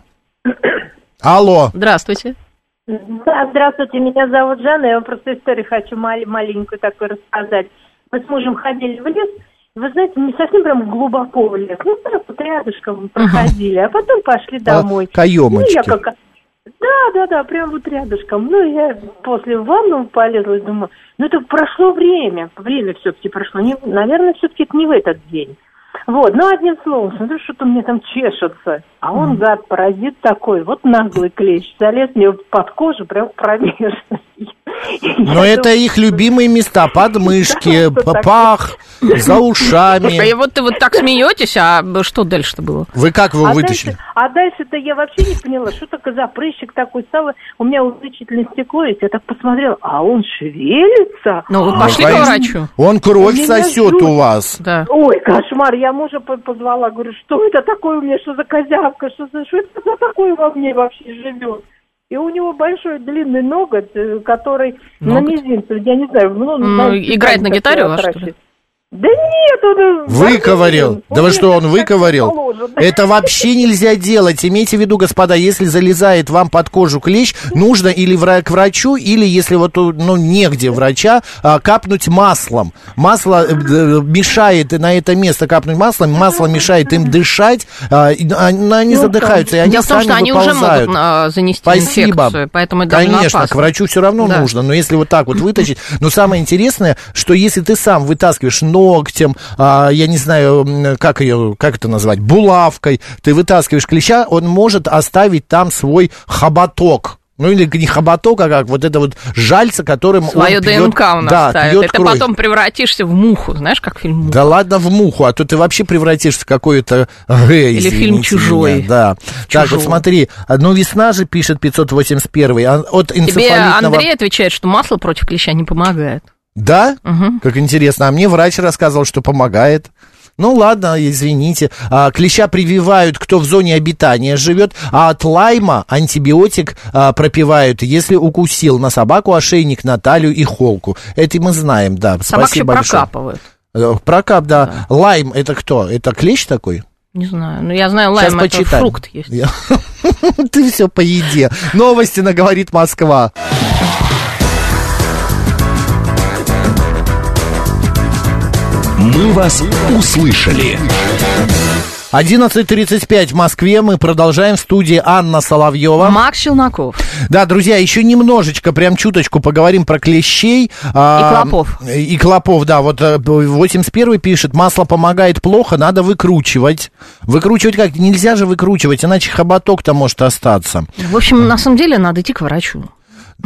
S3: Алло.
S4: Здравствуйте.
S7: Да, здравствуйте, меня зовут Жанна, я вам просто историю хочу мал- маленькую такую рассказать. Мы с мужем ходили в лес, и вы знаете, не совсем прям глубоко в лес, ну так вот рядышком проходили, а потом пошли домой.
S3: А, каёмочки.
S7: Ну, я как... Да, да, да, прям вот рядышком. Ну, я после в ванну полезла и думаю, ну это прошло время, время все-таки прошло, Не- наверное, все-таки это не в этот день. Вот, ну одним словом, смотрю, что-то мне там чешется. А он, гад, паразит такой, вот наглый клещ, залез мне под кожу, прям в промежность.
S3: Но это их любимые места. Подмышки, п- пах, за
S4: Слушай, и
S3: ушами.
S4: вот ты вот так смеетесь, а что дальше-то было?
S3: Вы как его
S7: а
S3: вытащили?
S7: Дальше, а дальше-то я вообще не поняла, что такое за прыщик такой самый. У меня увеличительное стекло есть. Я так посмотрела, а он шевелится.
S4: Ну, вы пошли
S3: Ну,
S4: к
S3: конечно.
S4: врачу.
S3: Он кровь
S7: Меня
S3: сосет
S7: жуть.
S3: у вас.
S4: Да.
S7: Ой, кошмар, я мужа по- позвала, говорю, что это такое у меня, что за козявка, что, за, что это за такое во мне вообще живет? И у него большой длинный ноготь, э, который на
S4: Ноготь?
S7: мизинце, я не знаю, ну,
S4: Ну,
S7: знаете,
S4: играет на
S7: как-то
S4: гитаре у вас, что ли?
S7: отращивает. Да нет, он... э,
S3: Выковырил. Да вы
S7: мне
S3: что, он Э,
S7: так
S3: выковырил?
S7: положено.
S3: Это вообще нельзя делать. Имейте в виду, господа, если залезает вам под кожу клещ, нужно или вра- к врачу, или если вот у- ну, негде врача, а, капнуть маслом. Масло э, д- мешает на это место капнуть маслом, масло мешает им дышать, а, и они они задыхаются, и они
S4: Ну, Дело в том,
S3: сами
S4: что они уже
S3: выползают.
S4: могут а, занести
S3: Спасибо.
S4: инфекцию, поэтому это довольно
S3: Конечно, к
S4: опасно.
S3: врачу все равно
S4: Да.
S3: нужно, но если вот так вот вытащить. Но самое интересное, что если ты сам вытаскиваешь ногтем, а, я не знаю, м, как ее, как это назвать, булавкой, ты вытаскиваешь клеща, он может оставить там свой хоботок. Ну или не хоботок, а как вот это вот жальце, которым
S4: Свое
S3: он пьет,
S4: ДНК у нас
S3: да,
S4: ставит.
S3: пьет
S4: Это
S3: кровь.
S4: потом превратишься в муху, знаешь, как фильм «Муха».
S3: Да ладно в муху, а то ты вообще превратишься в какое-то э,
S4: Или фильм
S3: извините
S4: «Чужой».
S3: меня, да. Так,
S4: «Чужого».
S3: вот смотри, а, ну весна же пишет 581 а от
S4: Тебе
S3: энцефалитного...
S4: Андрей отвечает, что масло против клеща не помогает.
S3: Да? Как интересно. А мне врач рассказывал, что помогает. Ну ладно, извините. А, клеща прививают, кто в зоне обитания живет, а от лайма антибиотик а, пропивают, если укусил на собаку ошейник, на талию и холку. Это мы знаем, да.
S4: Собак еще
S3: Спасибо большое.
S4: прокапывают.
S3: Э, Прокап, да. Лайм это кто? Это клещ такой?
S4: Не знаю. Ну, я знаю, лайм
S3: Сейчас
S4: это
S3: почитаем.
S4: фрукт есть.
S3: Я- Ты все по еде. Новости наговорит Москва.
S2: «Мы вас услышали».
S3: 11.35 в Москве. Мы продолжаем в студии Анна Соловьева.
S4: Макс Челноков.
S3: Да, друзья, еще немножечко, прям чуточку поговорим про клещей. А,
S4: клопов.
S3: И клопов, да. Вот э, 81 пишет, масло помогает плохо, надо выкручивать. Выкручивать как? Нельзя же выкручивать, иначе хоботок-то может остаться.
S4: В
S3: а.
S4: общем, на самом деле надо идти к врачу.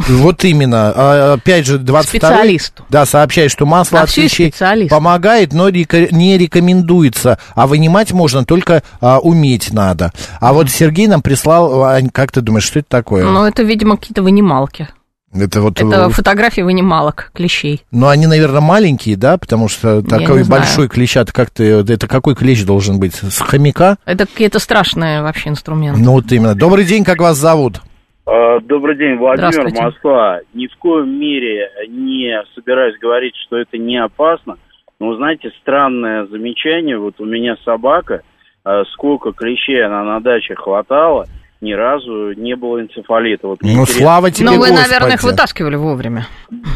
S3: Вот именно. А, Опять же, 22
S4: Специалисту.
S3: Да, сообщает, что масло
S4: А
S3: от
S4: всё и
S3: клещей
S4: специалист.
S3: помогает, но реко- не рекомендуется. А вынимать можно, только а, уметь надо. А вот Сергей нам прислал, Ань, как ты думаешь, что это такое?
S4: Но это, видимо, какие-то вынималки.
S3: это вот
S4: Ну, Это
S3: э,
S4: фотографии вынималок клещей.
S3: Но они, наверное, маленькие, да? Потому что такой
S4: не знаю.
S3: большой клещат, как ты, это какой клещ должен быть? С хомяка?
S4: Это какие-то страшные вообще инструменты.
S3: Ну вот именно. Добрый день, как вас зовут?
S8: А,
S9: Э, Добрый день, Владимир,
S4: Здравствуйте.
S9: Москва. Ни в коем мере не собираюсь говорить, что это не опасно. Но, вы знаете, странное замечание. Вот у меня собака, э,
S8: а, сколько клещей она на даче хватала, ни разу не было энцефалита. Вот мне
S3: Ну,
S8: интересно.
S3: слава тебе,
S4: Но вы,
S3: Господи.
S4: наверное, их вытаскивали вовремя.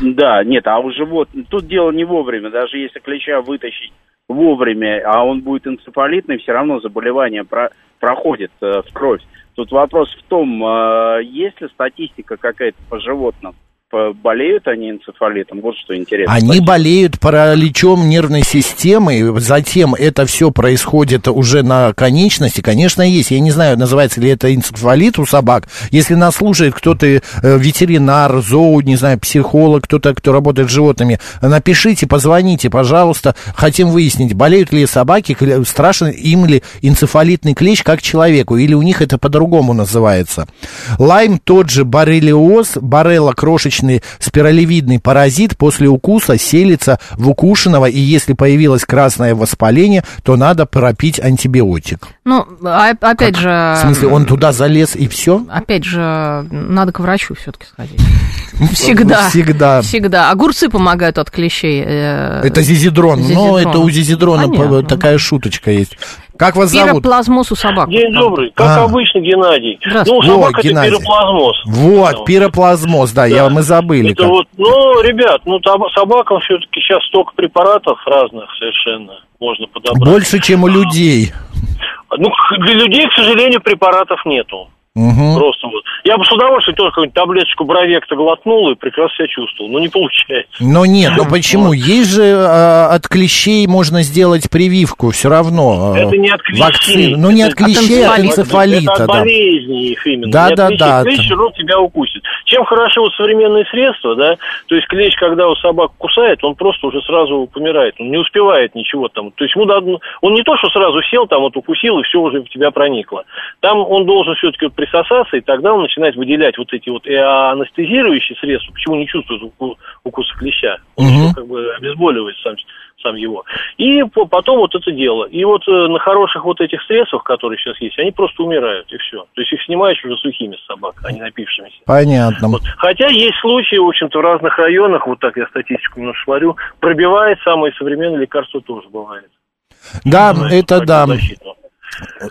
S8: Да, нет, а у живот... Тут дело не вовремя. Даже если клеща вытащить вовремя, а он будет энцефалитный, все равно заболевание про- проходит э, в кровь. Тут вопрос в том, э, есть ли статистика какая-то по животным? По- Болеют они энцефалитом? Вот что интересно.
S3: Они болеют параличом нервной системы, затем это все происходит уже на конечности. Конечно, есть. Я не знаю, называется ли это энцефалит у собак. Если нас слушает кто-то э, ветеринар, зоо, не знаю, психолог, кто-то, кто работает с животными, напишите, позвоните, пожалуйста. Хотим выяснить, болеют ли собаки, кле- страшен им ли энцефалитный клещ как человеку, или у них это по-другому называется. Лайм тот же боррелиоз, борелла крошечный спиралевидный паразит после укуса селится в укушенного, и если появилось красное воспаление, то надо пропить антибиотик.
S4: Ну, а- опять же...
S3: В смысле, он туда залез и все?
S4: Опять же, надо к врачу все-таки сходить. Всегда.
S3: Всегда.
S4: Всегда. Огурцы помогают от клещей. э,
S3: А. Это зизидрон.
S4: зизидрон.
S3: Но это у зизидрона
S4: Понятно.
S3: по- такая шуточка есть. Как вас зовут?
S4: Пироплазмоз у собак.
S9: День добрый. Как
S3: А.
S9: обычно, Геннадий. Ну, у
S3: Здравствуйте.
S9: собак
S3: О,
S9: это
S3: Геннадий.
S9: пироплазмоз.
S3: Вот, пироплазмоз, да, я, мы забыли.
S9: Это
S3: как.
S9: вот, ну, ребят, ну, там собакам все-таки сейчас столько препаратов разных совершенно можно подобрать. А,
S3: Больше, чем у людей.
S9: Ну, к- для людей, к сожалению, препаратов нету.
S3: Мгм.
S9: Просто вот. Я бы с удовольствием тоже какую-нибудь таблеточку бровекта глотнул и прекрасно себя чувствовал. Но не получается.
S3: Но нет, ну почему? Есть же э, от клещей можно сделать прививку, все равно. э,
S9: Это не от клещей.
S3: вакцину. Ну не от клещей, а от энцефалита.
S9: Это от
S3: да.
S9: болезней их именно.
S3: Да,
S9: не от
S3: да,
S9: клещей.
S3: да.
S9: Клещ все равно тебя укусит. Чем хороши вот современные средства, да, то есть клещ, когда у собак кусает, он просто уже сразу помирает, он не успевает ничего там. То есть ему надо- он не то, что сразу сел, там вот укусил, и все уже в тебя проникло. Там он должен все-таки присосаться, и тогда он начинает выделять вот эти вот э, анестезирующие средства, почему не чувствует уку- укуса клеща. Он
S7: Мгм.
S9: ещё как бы обезболивает сам, сам его. И по- потом вот это дело. И вот э, на хороших вот этих средствах, которые сейчас есть, они просто умирают, и все. То есть их снимаешь уже сухими с собак, а не напившимися.
S3: Понятно.
S9: Хотя есть случаи, в общем-то, в разных районах, вот так я статистику немножко смотрю, пробивает самые современные лекарства тоже бывает.
S3: Да,
S9: Ну,
S3: это да.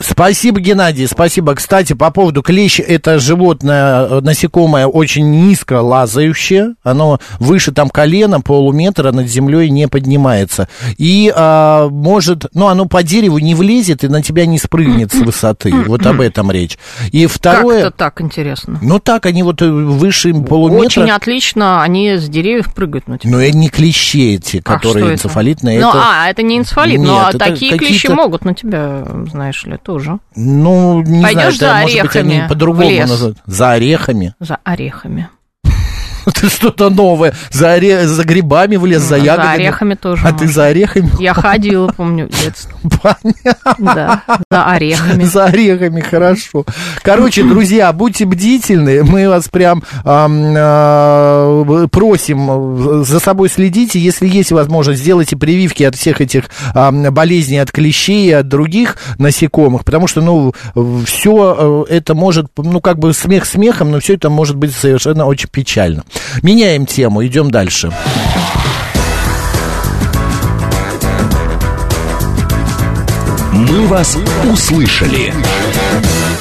S3: Спасибо, Геннадий, спасибо. Кстати, по поводу клещ, это животное, э, насекомое очень низко лазающее, оно выше там колена, полуметра над землей не поднимается. И а, может, ну оно по дереву не влезет и на тебя не спрыгнет с высоты, вот об этом речь. И второе...
S4: Как-то так интересно.
S3: Ну так, они вот э, выше полуметра...
S4: Очень отлично они с деревьев прыгают на тебя.
S3: Но это не клещи эти, которые
S4: А, что это?
S3: энцефалитные.
S4: Ну,
S3: это-
S4: а, это не энцефалит,
S3: Нет,
S4: но
S3: это
S4: такие клещи
S3: какие-то-
S4: могут на тебя, знаешь ли, тоже.
S3: Ну, не
S4: Пойдешь
S3: знаю, да,
S4: за
S3: может быть, они
S4: орехами в
S3: по-другому
S4: лес?
S3: называют. За орехами.
S4: За орехами.
S3: Это что-то новое. За, оре- за грибами в лес, за
S4: за
S3: ягодами.
S4: орехами тоже
S3: А ты
S4: можно.
S3: за орехами?
S4: Я ходила, помню, в детстве. Да, за орехами.
S3: За орехами, хорошо. Короче, друзья, будьте бдительны. Мы вас прям ам, а, просим э, за собой следите. Если есть возможность, сделайте прививки от всех этих ам, болезней, от клещей и от других насекомых. Потому что, ну, все это может, ну, как бы смех смехом, но все это может быть совершенно очень печально. Меняем тему, идем дальше.
S2: «Мы вас услышали».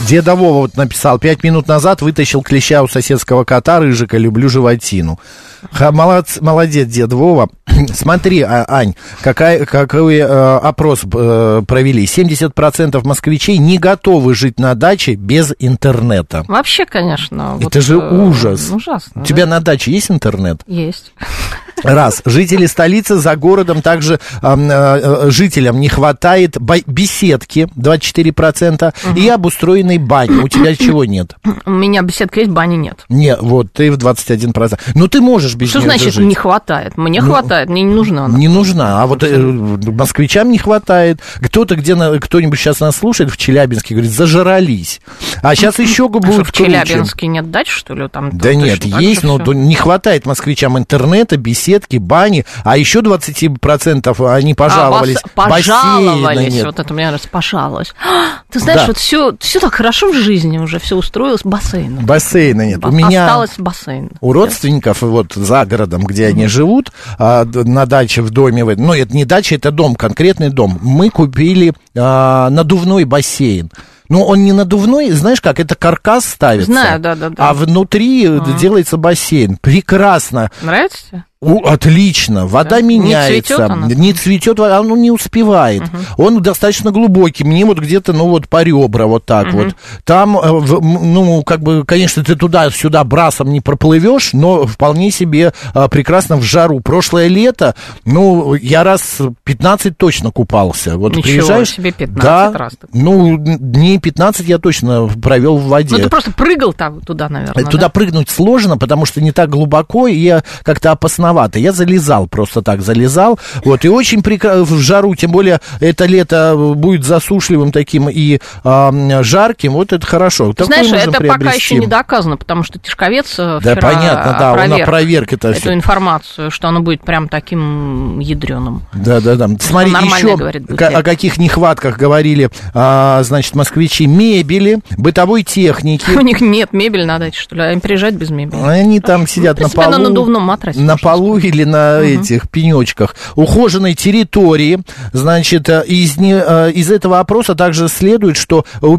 S3: Деда Вова вот написал, пять минут назад вытащил клеща у соседского кота Рыжика, люблю животину. Ха, молодц- молодец, дед Вова. Смотри, а, Ань, какая, какой э, опрос э, провели. 70% москвичей не готовы жить на даче без интернета.
S4: Вообще, конечно. вот,
S3: Это же
S4: э,
S3: ужас.
S4: Ужасно.
S3: У тебя
S4: да.
S3: на даче есть интернет?
S4: Есть.
S3: Раз. Жители столицы за городом также ам, э, э, жителям не хватает бай- беседки 24% и обустроенной бани. У тебя чего нет?
S4: У меня беседка есть, бани нет.
S3: Не, вот ты в 21%. Ну ты можешь без
S4: Что
S3: нее
S4: значит
S3: жить.
S4: не хватает? Мне
S3: Ну,
S4: хватает, мне не нужна она.
S3: Не нужна. А вот э, москвичам не хватает. Кто-то где на- кто-нибудь сейчас нас слушает в Челябинске, говорит, зажрались. А сейчас еще
S4: Что,
S3: будет
S4: в
S3: круче.
S4: Челябинске нет дач, что А, ли? Там
S3: Да нет, есть, но то не хватает москвичам интернета, беседки, бани, а еще 20% э, они пожаловались.
S4: А, пос- пожаловались.
S3: бассейна нет.
S4: Вот это мне раз пожаловалось. А, Ты знаешь,
S3: Да.
S4: вот все, все так хорошо в жизни уже, все устроилось, бассейн.
S3: Бассейна нет. У меня...
S4: Осталось бассейн.
S3: У родственников вот за городом, где они живут, а, д- на даче, в доме, в этом- ну это не дача, это дом, конкретный дом. Мы купили а, надувной бассейн. Но он не надувной, знаешь как, это каркас ставится.
S4: Знаю, да-да-да.
S3: А внутри э, делается бассейн. Прекрасно.
S4: Нравится тебе?
S3: У- отлично, вода меняется,
S4: цветет она?
S3: не цветет, вода, оно не успевает. Он достаточно глубокий, мне вот где-то, ну вот по ребра вот так
S7: Мгм.
S3: вот. Там, э, в- м, ну как бы, конечно, ты туда-сюда брасом не проплывешь, но вполне себе э, прекрасно в жару. Прошлое лето, ну я раз 15 точно купался. Вот
S4: Ничего
S3: приезжаешь,
S4: себе, 15
S3: да,
S4: раз ты
S3: Ну дней 15 я точно провел в воде.
S4: Ну, ты просто прыгал там, туда, наверное.
S3: Э, Туда
S4: Ну да?
S3: прыгнуть сложно, потому что не так глубоко и как-то опасновато. Я залезал, просто так залезал. Вот, и очень прекра- в жару, тем более это лето будет засушливым таким и а, м, жарким. Вот это хорошо.
S4: Ты
S3: Такое
S4: знаешь,
S3: можно
S4: это пока
S3: приобрести.
S4: еще не доказано, потому что Тишковец э,
S3: Да,
S4: вчера
S3: понятно, да, он
S4: опроверг
S3: опроверг это
S4: эту
S3: всё.
S4: информацию, что оно будет прям таким ядреным.
S3: Да, да, да. Смотри,
S4: нормально
S3: еще
S4: говорит, будет
S3: ка-
S4: легче.
S3: о каких нехватках говорили, а, значит, москвичи. Мебели, бытовой техники.
S4: У них нет мебели на даче, что ли, а им приезжать без мебели.
S3: Они там сидят
S4: в
S3: на
S4: принципе,
S3: полу.
S4: на надувном матрасе,
S3: На полу или на этих пенечках. Ухоженной территории. Значит, э, из, не- э, из этого опроса также следует, что у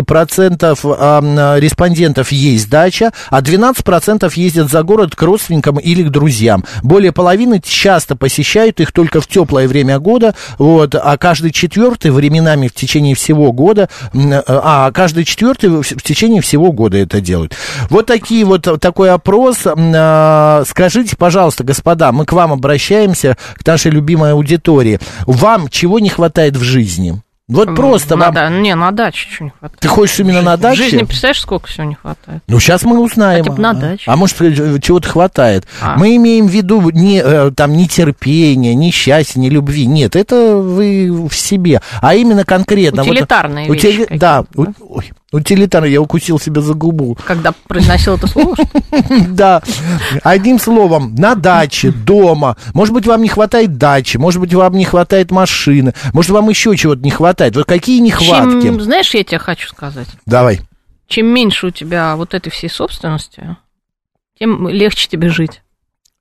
S3: 50% ам, э, респондентов есть дача, а 12% ездят за город к родственникам или к друзьям. Более половины часто посещают их только в теплое время года, вот, а каждый четвертый временами в течение всего года, м, э, а каждый четвертый в в течение всего года это делают. Вот такие вот э, такой опрос. М, а, Скажите, пожалуйста, господа, мы к вам обращаемся, к нашей любимой аудитории. Вам чего не хватает в жизни?
S4: Ну,
S3: Вот просто
S4: на,
S3: вам...
S4: да- не, на даче что не хватает.
S3: Ты хочешь именно на
S4: В жизни
S3: даче?
S4: представляешь, сколько всего не хватает?
S3: Ну, сейчас мы узнаем.
S4: Хотя бы на даче.
S3: А может, э, чего-то хватает.
S4: А.
S3: Мы имеем в виду не, э, там, не терпение, не счастье, не любви. Нет, это вы в себе. А именно конкретно... вот-
S4: Утилитарные вещи
S3: утили- Да, у- ой, утилитарные. Я укусил себя за губу.
S4: Когда произносил это слово, что
S3: Да. Одним словом, на даче, дома. Может быть, вам не хватает дачи, может быть, вам не хватает машины, может, вам еще чего-то не хватает. Вот какие
S4: чем,
S3: нехватки?
S4: знаешь, я тебе хочу сказать,
S3: Давай.
S4: чем меньше у тебя вот этой всей собственности, тем легче тебе жить.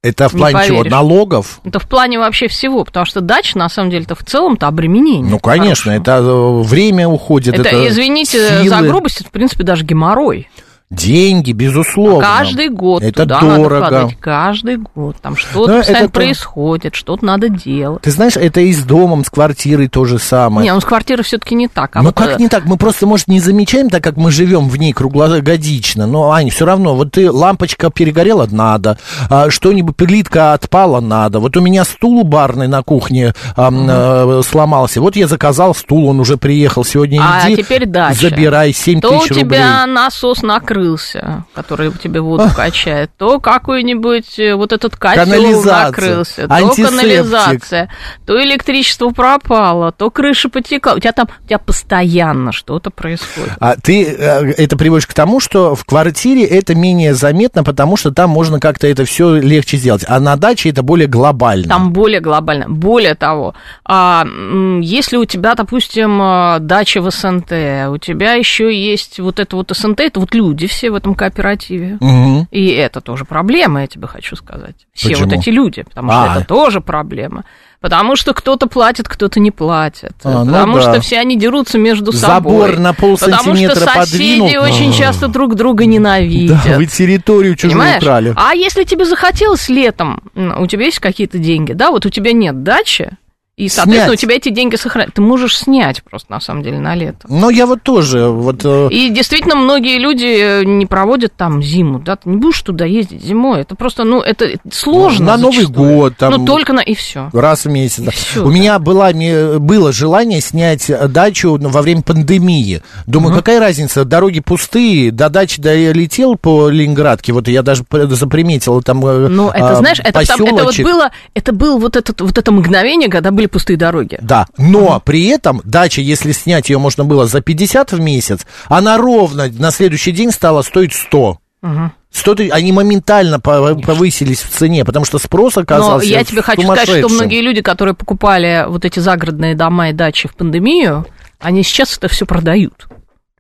S3: Это в
S4: Не
S3: плане чего?
S4: поверишь.
S3: Налогов?
S4: Это в плане вообще всего, потому что дача, на самом деле-то, в целом-то обременение.
S3: Ну, конечно, это э, время уходит.
S4: это,
S3: Это,
S4: извините за
S3: силы,
S4: грубость, это, в принципе, даже геморрой.
S3: Деньги, безусловно.
S4: Каждый год
S3: Это
S4: туда
S3: дорого.
S4: надо вкладывать, каждый год. Там что-то
S3: Ну, это
S4: постоянно
S3: то-
S4: происходит, что-то надо делать.
S3: Ты знаешь, это и с домом, с квартирой то же самое.
S4: Не, ну с квартиры все-таки не так. а
S3: ну
S4: вот, э,
S3: как не так? Мы просто, может, не замечаем, так как мы живем в ней круглогодично. Но, Ань, все равно, вот ты лампочка перегорела, надо. а, Что-нибудь, плитка отпала, надо. Вот у меня стул барный на кухне ам, э, сломался. Вот я заказал стул, он уже приехал сегодня.
S4: А
S3: иди,
S4: теперь дальше.
S3: Забирай 7
S4: То у
S3: тысяч
S4: тебя
S3: рублей.
S4: насос накрылся, который тебе воду качает, то какой-нибудь э, вот этот котел
S3: Канализация,
S4: накрылся, то
S3: антисептик.
S4: канализация, то электричество пропало, то крыша потекла. У тебя там у тебя постоянно что-то происходит.
S3: А ты э, это приводишь к тому, что в квартире это менее заметно, потому что там можно как-то это все легче сделать. А на даче это более глобально.
S4: Там более глобально. Более того, а, м, если у тебя, допустим, а, дача в СНТ, у тебя еще есть вот это вот СНТ, это вот люди все в этом кооперативе.
S3: Мгм.
S4: И это тоже проблема, я тебе хочу сказать. Все вот
S3: Почему?
S4: эти люди, потому
S3: А.
S4: что это тоже проблема. Потому что кто-то платит, кто-то не платит.
S3: А, ну
S4: потому
S3: да.
S4: что все они дерутся между Ну, собой.
S3: Забор на полсантиметра
S4: Потому что соседи
S3: подвинул.
S4: очень
S3: А.
S4: часто друг друга ненавидят.
S3: Да, вы территорию чужую
S4: Понимаешь?
S3: украли.
S4: А если тебе захотелось летом, м, у тебя есть какие-то деньги, да, вот у тебя нет дачи, и, соответственно,
S3: Снять.
S4: у тебя эти деньги сохраняют. Ты можешь снять просто, на самом деле, на лето.
S3: Но я вот тоже, вот... э,
S4: И действительно, многие люди э, не проводят там зиму, да, ты не будешь туда ездить зимой, это просто, ну, это сложно.
S3: На Новый
S4: зачастую.
S3: год, там,
S4: Ну, только на... и все.
S3: Раз в месяц. да.
S4: всё,
S3: У меня была, ме- было желание снять э, дачу ну, во время пандемии. Думаю, какая разница, дороги пустые, до дачи да, я летел по Ленинградке, вот я даже п- заприметил там э, а,
S4: Ну, это, знаешь, это, там- это вот было, это было вот, этот, вот это мгновение, когда были пустые дороги.
S3: Да, но при этом дача, если снять ее можно было за 50 в месяц, она ровно на следующий день стала стоить 100.
S4: Мгм.
S3: 100 тысяч, они моментально по- повысились в цене, потому что спрос
S4: Но
S3: оказался
S4: я тебе хочу сказать, что
S3: сумасшедшим.
S4: многие люди, которые покупали вот эти загородные дома и дачи в пандемию, они сейчас это все продают.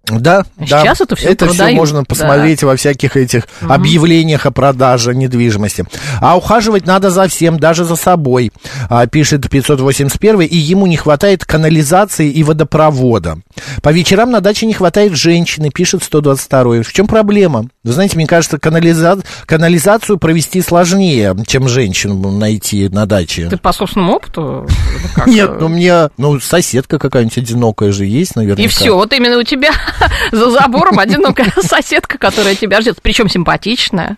S3: Да,
S4: Сейчас
S3: да.
S4: это всё
S3: Это всё
S4: продают,
S3: можно
S4: да.
S3: посмотреть во всяких этих объявлениях о продаже недвижимости. А ухаживать надо за всем, даже за собой, а, пишет 581, и ему не хватает канализации и водопровода. По вечерам на даче не хватает женщины, пишет 122. В чем проблема? Вы знаете, мне кажется, канализа- канализацию провести сложнее, чем женщину найти на даче.
S4: Ты по собственному опыту? или как?
S3: Нет, ну у меня, ну, соседка какая-нибудь одинокая же есть, наверное.
S4: И все, вот именно у тебя за забором одинокая соседка, которая тебя ждет, причем симпатичная,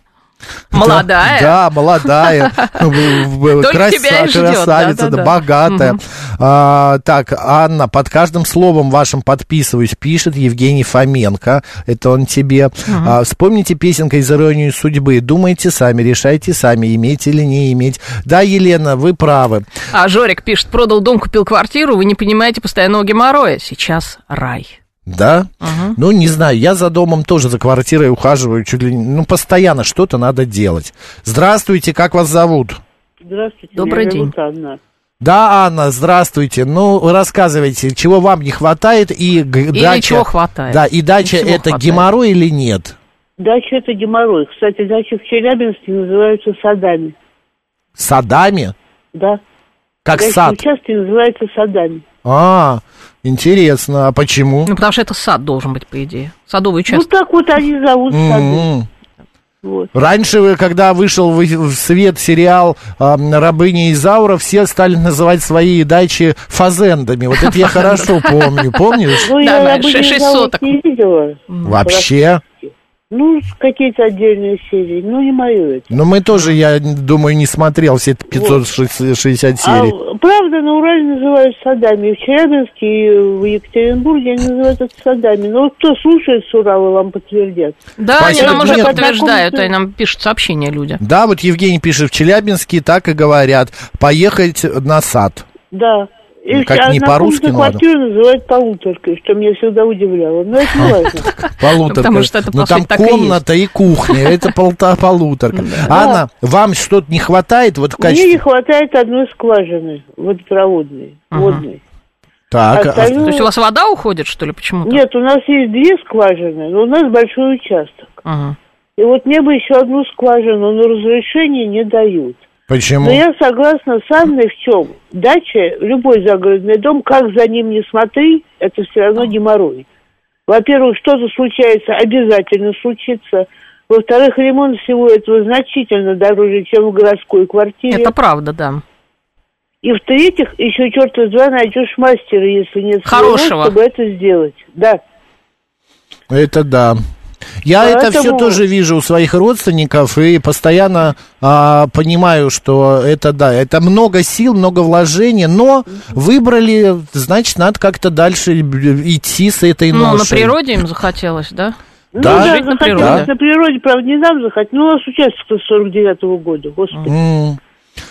S4: молодая.
S3: Да, молодая.
S4: Только тебя
S3: краса-
S4: и ждёт,
S3: Красавица,
S4: да-да-да.
S3: да, богатая.
S4: Мгм.
S3: А, Так, Анна, под каждым словом вашим подписываюсь, пишет Евгений Фоменко. Это он тебе. А, Вспомните песенка из «Иронии судьбы». Думайте сами, решайте сами, иметь или не иметь. Да, Елена, вы правы.
S4: А Жорик пишет, продал дом, купил квартиру, вы не понимаете постоянного геморроя. Сейчас рай.
S3: Да? Ну, не знаю, я за домом тоже, за квартирой ухаживаю чуть ли не... Ну, постоянно что-то надо делать. Здравствуйте, как вас зовут?
S7: Здравствуйте,
S4: Добрый
S7: меня
S4: день.
S7: зовут Анна.
S3: Да, Анна, здравствуйте. Ну, рассказывайте, чего вам не хватает и г-
S7: Или
S3: дача...
S7: чего хватает.
S3: Да, и дача
S7: Или чего
S3: это
S7: хватает.
S3: геморрой или нет?
S7: Дача это геморрой. Кстати, дачи в Челябинске называются садами.
S3: Садами?
S7: Да.
S3: Как
S7: Дачные
S3: сад?
S7: участки называются садами.
S3: А, интересно, а почему?
S4: Ну, потому что это сад должен быть, по идее. Садовый
S7: Ну
S4: участок.
S7: так вот они зовут сады.
S3: М-м. Раньше, вы, когда вышел в в свет сериал а, «Рабыня Изаура», все стали называть свои дачи фазендами. Вот это я хорошо помню, помнишь?
S7: Ну,
S4: Да,
S7: я
S4: да,
S7: «Рабыню
S4: шесть- шесть
S7: Изаура»
S4: соток.
S7: не видела.
S3: Вообще.
S7: Ну, какие-то отдельные серии. Ну, не мое это.
S3: Но мы тоже, я думаю, не смотрел все эти 560
S7: А,
S3: серий.
S7: правда, на Урале называют садами. И в Челябинске, и в Екатеринбурге они называют это садами. Но вот кто слушает с Урала, вам подтвердят.
S4: Да,
S3: Спасибо.
S4: они нам уже
S3: Нет.
S4: подтверждают, Ну, они нам пишут сообщения люди.
S3: Да, вот Евгений пишет, в Челябинске так и говорят, поехать на сад.
S7: Да.
S3: Ну,
S7: И
S3: как
S7: одна
S3: не по-русски,
S7: комнатная
S3: ну ладно.
S7: квартиру называют полуторкой, что меня всегда удивляло. Но это не важно.
S3: Полуторка.
S4: Потому что это, по
S3: Но там
S4: сути, так и
S3: комната и, кухня, это полта- полуторка. Анна, вам что-то не хватает? Вот в
S7: Ну, Мне не
S3: качестве...
S7: хватает одной скважины водопроводной, водной.
S3: Так, а-
S4: То есть у вас вода уходит, что ли, почему-то?
S7: Ну, Нет, у нас есть две скважины, но у нас большой участок.
S4: Ага.
S7: И вот мне бы еще одну скважину, но разрешения не дают.
S3: почему?
S7: Но Ну, я согласна с Анной в чем? Дача, любой загородный дом, как за ним не смотри, это все равно геморрой. Во-первых, что-то случается, обязательно случится. Во-вторых, ремонт всего этого значительно дороже, чем в городской квартире.
S4: Это правда, да.
S7: И в-третьих, еще черт из два найдешь мастера, если нет своего,
S4: Хорошего.
S7: чтобы это сделать. Да.
S3: Это да.
S7: Ну,
S3: Я это все
S7: Поэтому-
S3: тоже вижу у своих родственников и постоянно а, понимаю, что это да, это много сил, много вложений, но выбрали, значит, надо как-то дальше идти с этой
S4: Ну,
S3: ношей.
S4: на природе им захотелось, да?
S3: Да.
S7: ну, да,
S3: Жить на
S7: захотелось
S3: природе.
S7: на природе, правда, не нам захотелось. Ну, у нас участок с 49-го года, господи.
S3: М.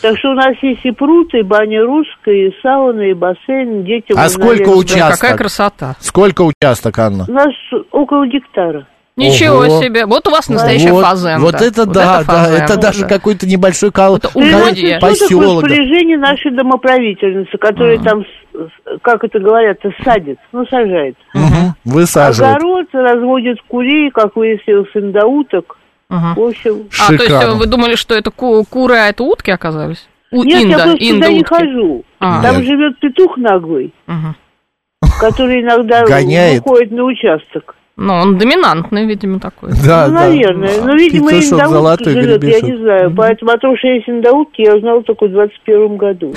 S7: Так что у нас есть и пруд, и баня русская, и сауна, и бассейн, детям.
S3: А
S7: и
S3: сколько
S7: налево.
S3: участок?
S4: Какая красота.
S3: Сколько участок, Анна?
S7: У нас около гектара.
S4: Ничего
S3: Ого.
S4: себе. Вот у вас
S7: Ну,
S4: настоящая
S3: вот,
S4: фазенда.
S3: Вот это да, да,
S4: фазенда.
S3: это даже какой-то небольшой кол...
S4: угодье.
S3: поселок. да.
S7: распоряжение нашей домоправительницы, которая
S3: А.
S7: там, с- с- как это говорят, садит, ну, сажает.
S3: Мгм, Высаживают.
S7: Огород разводит курей, как выяснилось, индоуток.
S4: Ага.
S7: В общем...
S4: А, то есть
S3: Шикарно.
S4: э, вы думали, что это ку- куры, а это утки оказались? У-
S7: Нет, я
S4: инда-
S7: просто туда не
S4: индоутки.
S7: хожу.
S4: А.
S7: Там
S3: Нет.
S7: живет петух наглый,
S4: Мгм.
S7: который иногда
S3: Гоняет.
S7: выходит на участок.
S4: Ну, он доминантный, видимо, такой.
S3: Да,
S7: ну,
S3: да.
S7: наверное. Ну, видимо,
S3: Петушок
S7: индаутка
S3: золотой
S7: живет, я
S3: гребешок.
S7: не знаю. Поэтому о том, что есть индаутки, я узнала только в 21 году.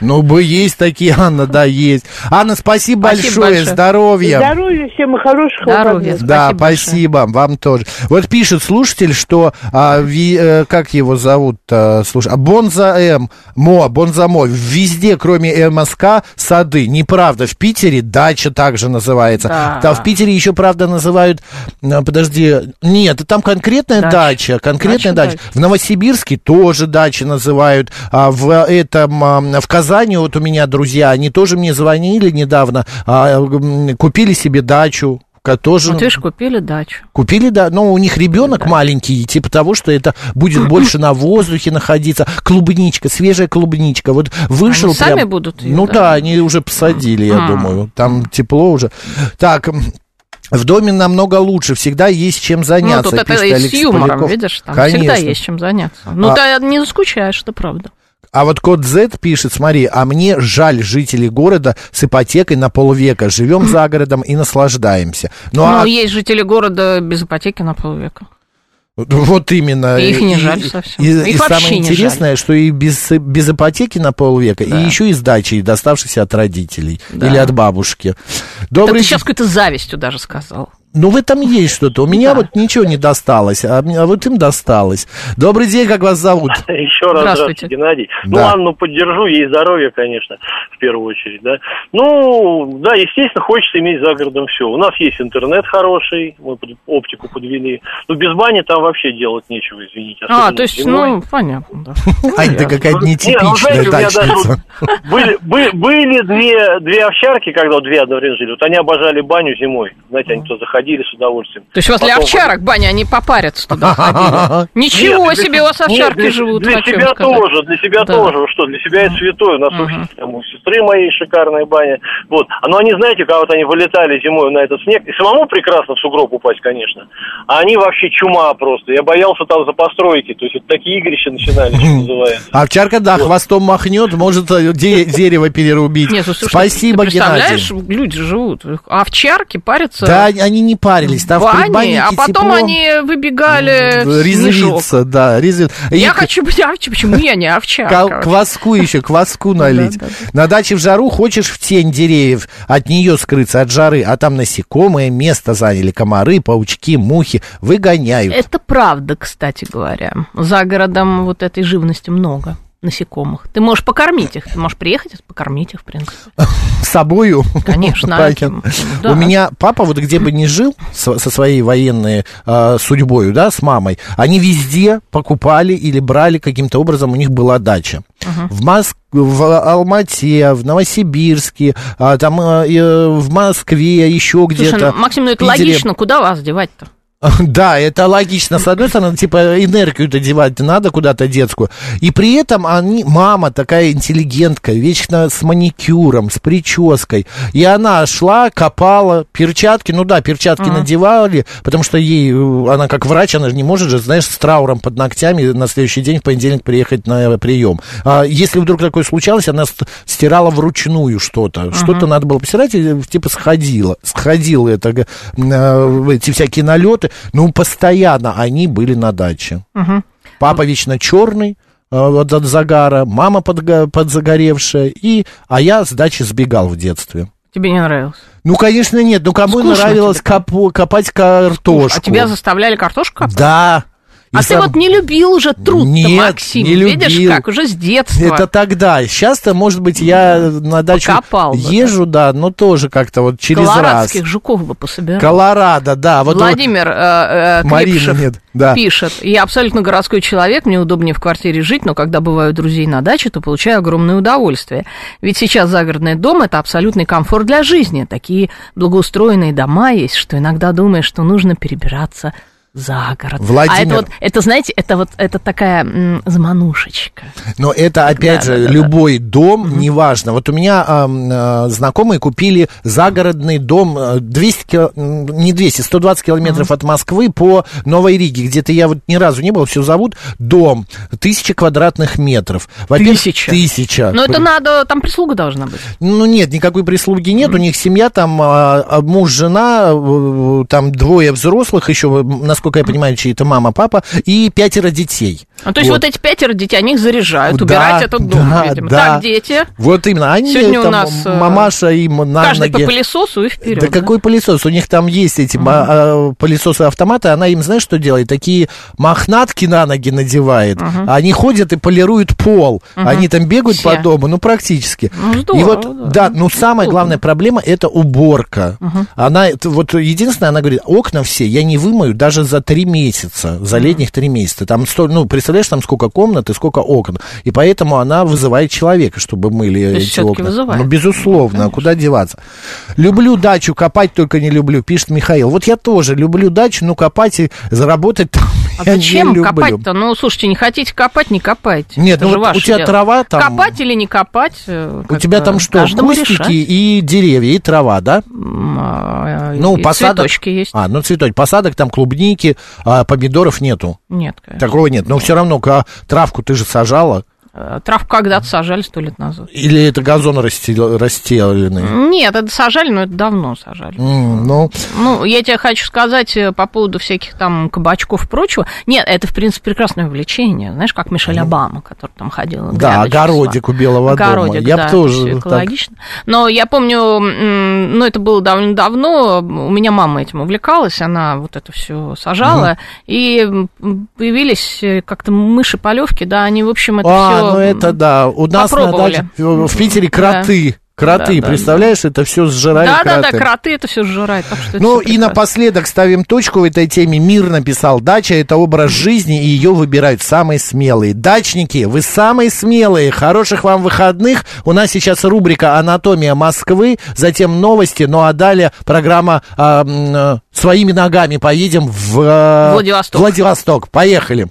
S3: Ну, бы есть такие, Анна, да, есть. Анна, спасибо,
S7: Спасибо
S3: большое,
S7: большое.
S3: здоровья.
S7: Здоровья всем и хороших
S4: Здоровья.
S7: выходных.
S3: Да, спасибо, вам тоже. Вот пишет слушатель, что а, ви- э, как его зовут, а, слушай, а, Бонза М, Мо, Бонза Мо, везде, кроме МСК, сады. Неправда, в Питере дача также называется.
S4: Да.
S3: Там в Питере еще, правда, называют, а, подожди, нет, там конкретная
S4: Дача.
S3: дача, конкретная
S4: Дача,
S3: дача. В Новосибирске тоже дачи называют, а в этом, а, в Казани вот у меня друзья, они тоже мне звонили недавно, а, м, купили себе дачу. тоже...
S4: Вот видишь, купили дачу.
S3: Купили, да, но у них ребенок маленький, и типа того, что это будет больше на воздухе находиться. Клубничка, свежая клубничка. Вот вышел
S4: Они сами
S3: прям-
S4: будут её,
S3: Ну
S4: да?
S3: да, они уже посадили, я
S4: А.
S3: думаю. Там тепло уже. Так, м, в доме намного лучше, всегда есть чем
S4: Ну,
S3: заняться.
S4: тут это
S3: пишет
S4: и с
S3: Алекс
S4: юмором,
S3: Поляков.
S4: видишь, там всегда
S3: Конечно.
S4: есть чем заняться. Ну,
S3: А-
S4: ты не заскучаешь, это правда.
S3: А вот код Z пишет, смотри, а мне жаль жителей города с ипотекой на полвека. Живем за городом и наслаждаемся. Ну,
S4: Но
S3: а
S4: есть жители города без ипотеки на полвека.
S3: вот именно.
S4: И их не
S3: И-
S4: жаль
S3: и-
S4: совсем.
S3: И,
S4: Их
S3: и
S4: вообще
S3: самое
S4: не жаль.
S3: интересное, что и без, без ипотеки на полвека, и еще и с дачей, доставшейся от родителей
S4: Да.
S3: или от бабушки.
S4: Да ты
S3: Добрый
S4: сейчас какой-то завистью даже сказал.
S3: Ну, в этом есть что-то. У меня вот ничего не досталось, а, мне- а вот им досталось. Добрый день, как вас зовут?
S9: Еще раз
S3: Здравствуйте.
S9: здравствуйте, Геннадий. Ну,
S3: Да.
S9: Анну поддержу, ей здоровье, конечно, в первую очередь, да. Ну, да, естественно, хочется иметь за городом все. У нас есть интернет хороший, мы под- оптику подвели. Ну, без бани там вообще делать нечего, извините.
S4: А,
S9: особенно
S4: то есть,
S9: зимой.
S4: ну, понятно, да.
S3: Ань, ты какая-то
S9: Не, ну, знаете, у
S3: нетипичная
S9: меня даже вот
S3: дачница.
S9: были, бы- были две, две овчарки, когда вот две одновременно жили. Вот они обожали баню зимой. Знаете, они то заходили с удовольствием.
S4: То есть у вас для
S9: Потом-
S4: овчарок баня, они попарятся туда ходили. Ничего
S9: Нет, для-
S4: себе, у вас
S9: нет,
S4: овчарки
S9: для-
S4: живут,
S9: Для
S4: хочу вам
S9: себя
S4: сказать.
S9: тоже, для себя
S4: Да.
S9: тоже. Вы Что, для себя это святое. У нас у всех там у сестры моей шикарная баня. Вот. А, Но они, знаете, когда вот они вылетали зимой на этот снег, и самому прекрасно в сугроб упасть, конечно. А они вообще чума просто. Я боялся там за постройки. То есть вот такие игрища начинали, что называется.
S3: Овчарка, да, хвостом махнет, может э, де- дерево перерубить.
S4: Нет, ну, слушай,
S3: Спасибо,
S4: ты
S3: Геннадий.
S4: представляешь, люди живут, а овчарки парятся
S3: Да, они не парились.
S4: в
S3: Там в
S4: бане,
S3: предбаннике
S4: а потом
S3: тепло.
S4: они выбегали в снежок.
S3: Резвиться, Э, да, резвиться.
S4: Э, Я
S3: И
S4: хочу быть овчаркой. Почему я не
S3: кал-
S4: овчарка?
S3: Кваску еще, кваску
S4: Ну
S3: налить. На даче в жару хочешь в тень деревьев, от нее скрыться, от жары, а там насекомые, место заняли, комары, паучки, мухи, выгоняют.
S4: Это правда, кстати говоря. За городом вот этой живности много насекомых. Ты можешь покормить их, ты можешь приехать и покормить их, в принципе.
S3: С собою.
S4: Конечно, а
S3: Пакин.
S4: да.
S3: У меня папа, вот где бы ни жил, со со своей военной э, судьбою, да, с мамой, они везде покупали или брали каким-то образом, у них была дача. В Моск- в Алмате, в Новосибирске, а, там э, э, в Москве, еще где-то.
S4: Слушай, Максим, ну это
S3: в Питере.
S4: логично, куда вас девать-то?
S3: Да, это логично. С одной стороны, типа, энергию-то девать надо куда-то детскую. И при этом они, мама такая интеллигентка, вечно с маникюром, с прической. И она шла, копала, перчатки, ну да, перчатки надевали, потому что ей, э, она как врач, она же не может же, знаешь, с трауром под ногтями на следующий день в понедельник приехать на прием. А если вдруг такое случалось, она ст- стирала вручную что-то. Что-то надо было постирать, и, э, типа сходила. Сходила это, г- э, эти всякие налеты. Ну, постоянно они были на даче.
S4: Мгм.
S3: Папа вечно черный от, от загара, мама подга- подзагоревшая, и, а я с дачи сбегал в детстве.
S4: Тебе не нравилось?
S3: Ну, конечно, нет. Ну, кому
S4: Скучно
S3: нравилось копо- копать картошку?
S4: А тебя заставляли картошку копать?
S3: Да. И
S4: А ты
S3: сам-
S4: вот не любил уже труд
S3: Нет,
S4: Максим.
S3: не
S4: Видишь,
S3: любил.
S4: как уже с детства.
S3: Это тогда. Сейчас-то, может быть, я на дачу
S4: Покопал бы,
S3: езжу, да, но тоже как-то вот через раз.
S4: Колорадских жуков бы пособирал.
S3: Колорадо, да. Вот
S4: Владимир э, э,
S3: Марина,
S4: Крепшев
S3: нет, да.
S4: пишет, я абсолютно городской человек, мне удобнее в квартире жить, но когда бываю у друзей на даче, то получаю огромное удовольствие. Ведь сейчас загородный дом – это абсолютный комфорт для жизни. Такие благоустроенные дома есть, что иногда думаешь, что нужно перебираться за город. А это
S3: Владимир.
S4: вот, это, знаете, это вот, это такая м, заманушечка.
S3: Но это, опять же, любой дом, неважно. Вот у меня ам, э, знакомые купили загородный дом э, 200, кило- м, не 200, 120 километров от Москвы по Новой Риге. Где-то я вот ни разу не был, все зовут. Дом. Тысяча квадратных метров. Во-первых,
S4: Тысяча.
S3: Тысяча.
S4: Но это надо, там прислуга должна быть.
S3: Ну нет, никакой прислуги нет. У них семья там а, а, муж, жена, э, там двое взрослых, еще, насколько я понимаю, чьи-то мама, папа и пятеро детей.
S4: А то есть вот.
S3: эти
S4: эти пятеро детей, они их заряжают,
S3: Да,
S4: убирать этот дом,
S3: да,
S4: видимо.
S3: да.
S4: Так, дети,
S3: Вот именно. Они
S4: Сегодня у
S3: там,
S4: нас, э,
S3: мамаша им на
S4: каждый
S3: ноги.
S4: по пылесосу и вперед.
S3: да, какой пылесос? У них там есть эти ба- а, пылесосы-автоматы, она им, знаешь, что делает? Такие мохнатки на ноги надевает.
S4: Мгм.
S3: Они ходят и полируют пол.
S4: Мгм.
S3: Они там бегают
S4: Все.
S3: по дому, ну, практически.
S4: Ну,
S3: и
S4: здорово,
S3: вот, да, ну, самая главная проблема – это уборка. Она, это вот единственное, она говорит, окна все я не вымою даже за за три месяца, за летних три месяца. Там сто, ну, представляешь, там сколько комнат и сколько окон. И поэтому она вызывает человека, чтобы мыли
S4: То есть
S3: эти
S4: всё-таки
S3: окна.
S4: вызывает.
S3: Ну, безусловно, а куда деваться? Люблю дачу, копать только не люблю, пишет Михаил. Вот я тоже люблю дачу, но копать и заработать там
S4: А
S3: я не
S4: зачем
S3: люблю.
S4: копать-то? Ну, слушайте, не хотите копать, не копайте.
S3: Нет,
S4: Это
S3: ну
S4: же
S3: вот
S4: ваше
S3: у тебя
S4: дело.
S3: трава там-
S4: Копать или не копать? э,
S3: У
S4: как
S3: тебя
S4: бы
S3: там что,
S4: каждому
S3: кустики
S4: решать. а, э,
S3: и деревья, и трава, да? Ну,
S4: и
S3: посадок...
S4: цветочки есть.
S3: А, ну, цветочки. Посадок там клубники, а, помидоров нету.
S4: Нет, конечно.
S3: Такого нет. Но все равно, ка- травку ты же сажала.
S4: Э, Травку когда-то сажали сто лет назад.
S3: Или это газон расстел- расстеленный?
S4: Нет, это сажали, но это давно сажали.
S3: М, Ну,
S4: Ну, я тебе хочу сказать э, по поводу всяких там кабачков и прочего. Нет, это, в принципе, прекрасное увлечение. Знаешь, как Мишель Обама, который там ходил.
S3: да, огородик у Белого дома.
S4: Огородик,
S3: Я
S4: да,
S3: бы
S4: всё
S3: тоже так...
S4: экологично. Но я помню, м, ну, это было довольно давно, у меня мама этим увлекалась, она вот это все сажала, и м, появились э, как-то мыши полевки да, они, в общем, это
S3: а,
S4: все...
S3: ну это да. У нас на
S4: попробовали.
S3: даче, в в Питере
S4: Да.
S3: кроты. Кроты,
S4: Да, да,
S3: представляешь, это все сжирали
S4: да, да, да,
S3: кроты.
S4: кроты это все сжирает. Так что это
S3: Ну
S4: всё
S3: и напоследок ставим точку в этой теме. Мир написал, дача – это образ жизни, и ее выбирают самые смелые. Дачники, вы самые смелые. Хороших вам выходных. У нас сейчас рубрика «Анатомия Москвы», затем новости, ну а далее программа а, м, э, «Своими ногами поедем в э,
S4: Владивосток.
S3: Владивосток. Поехали.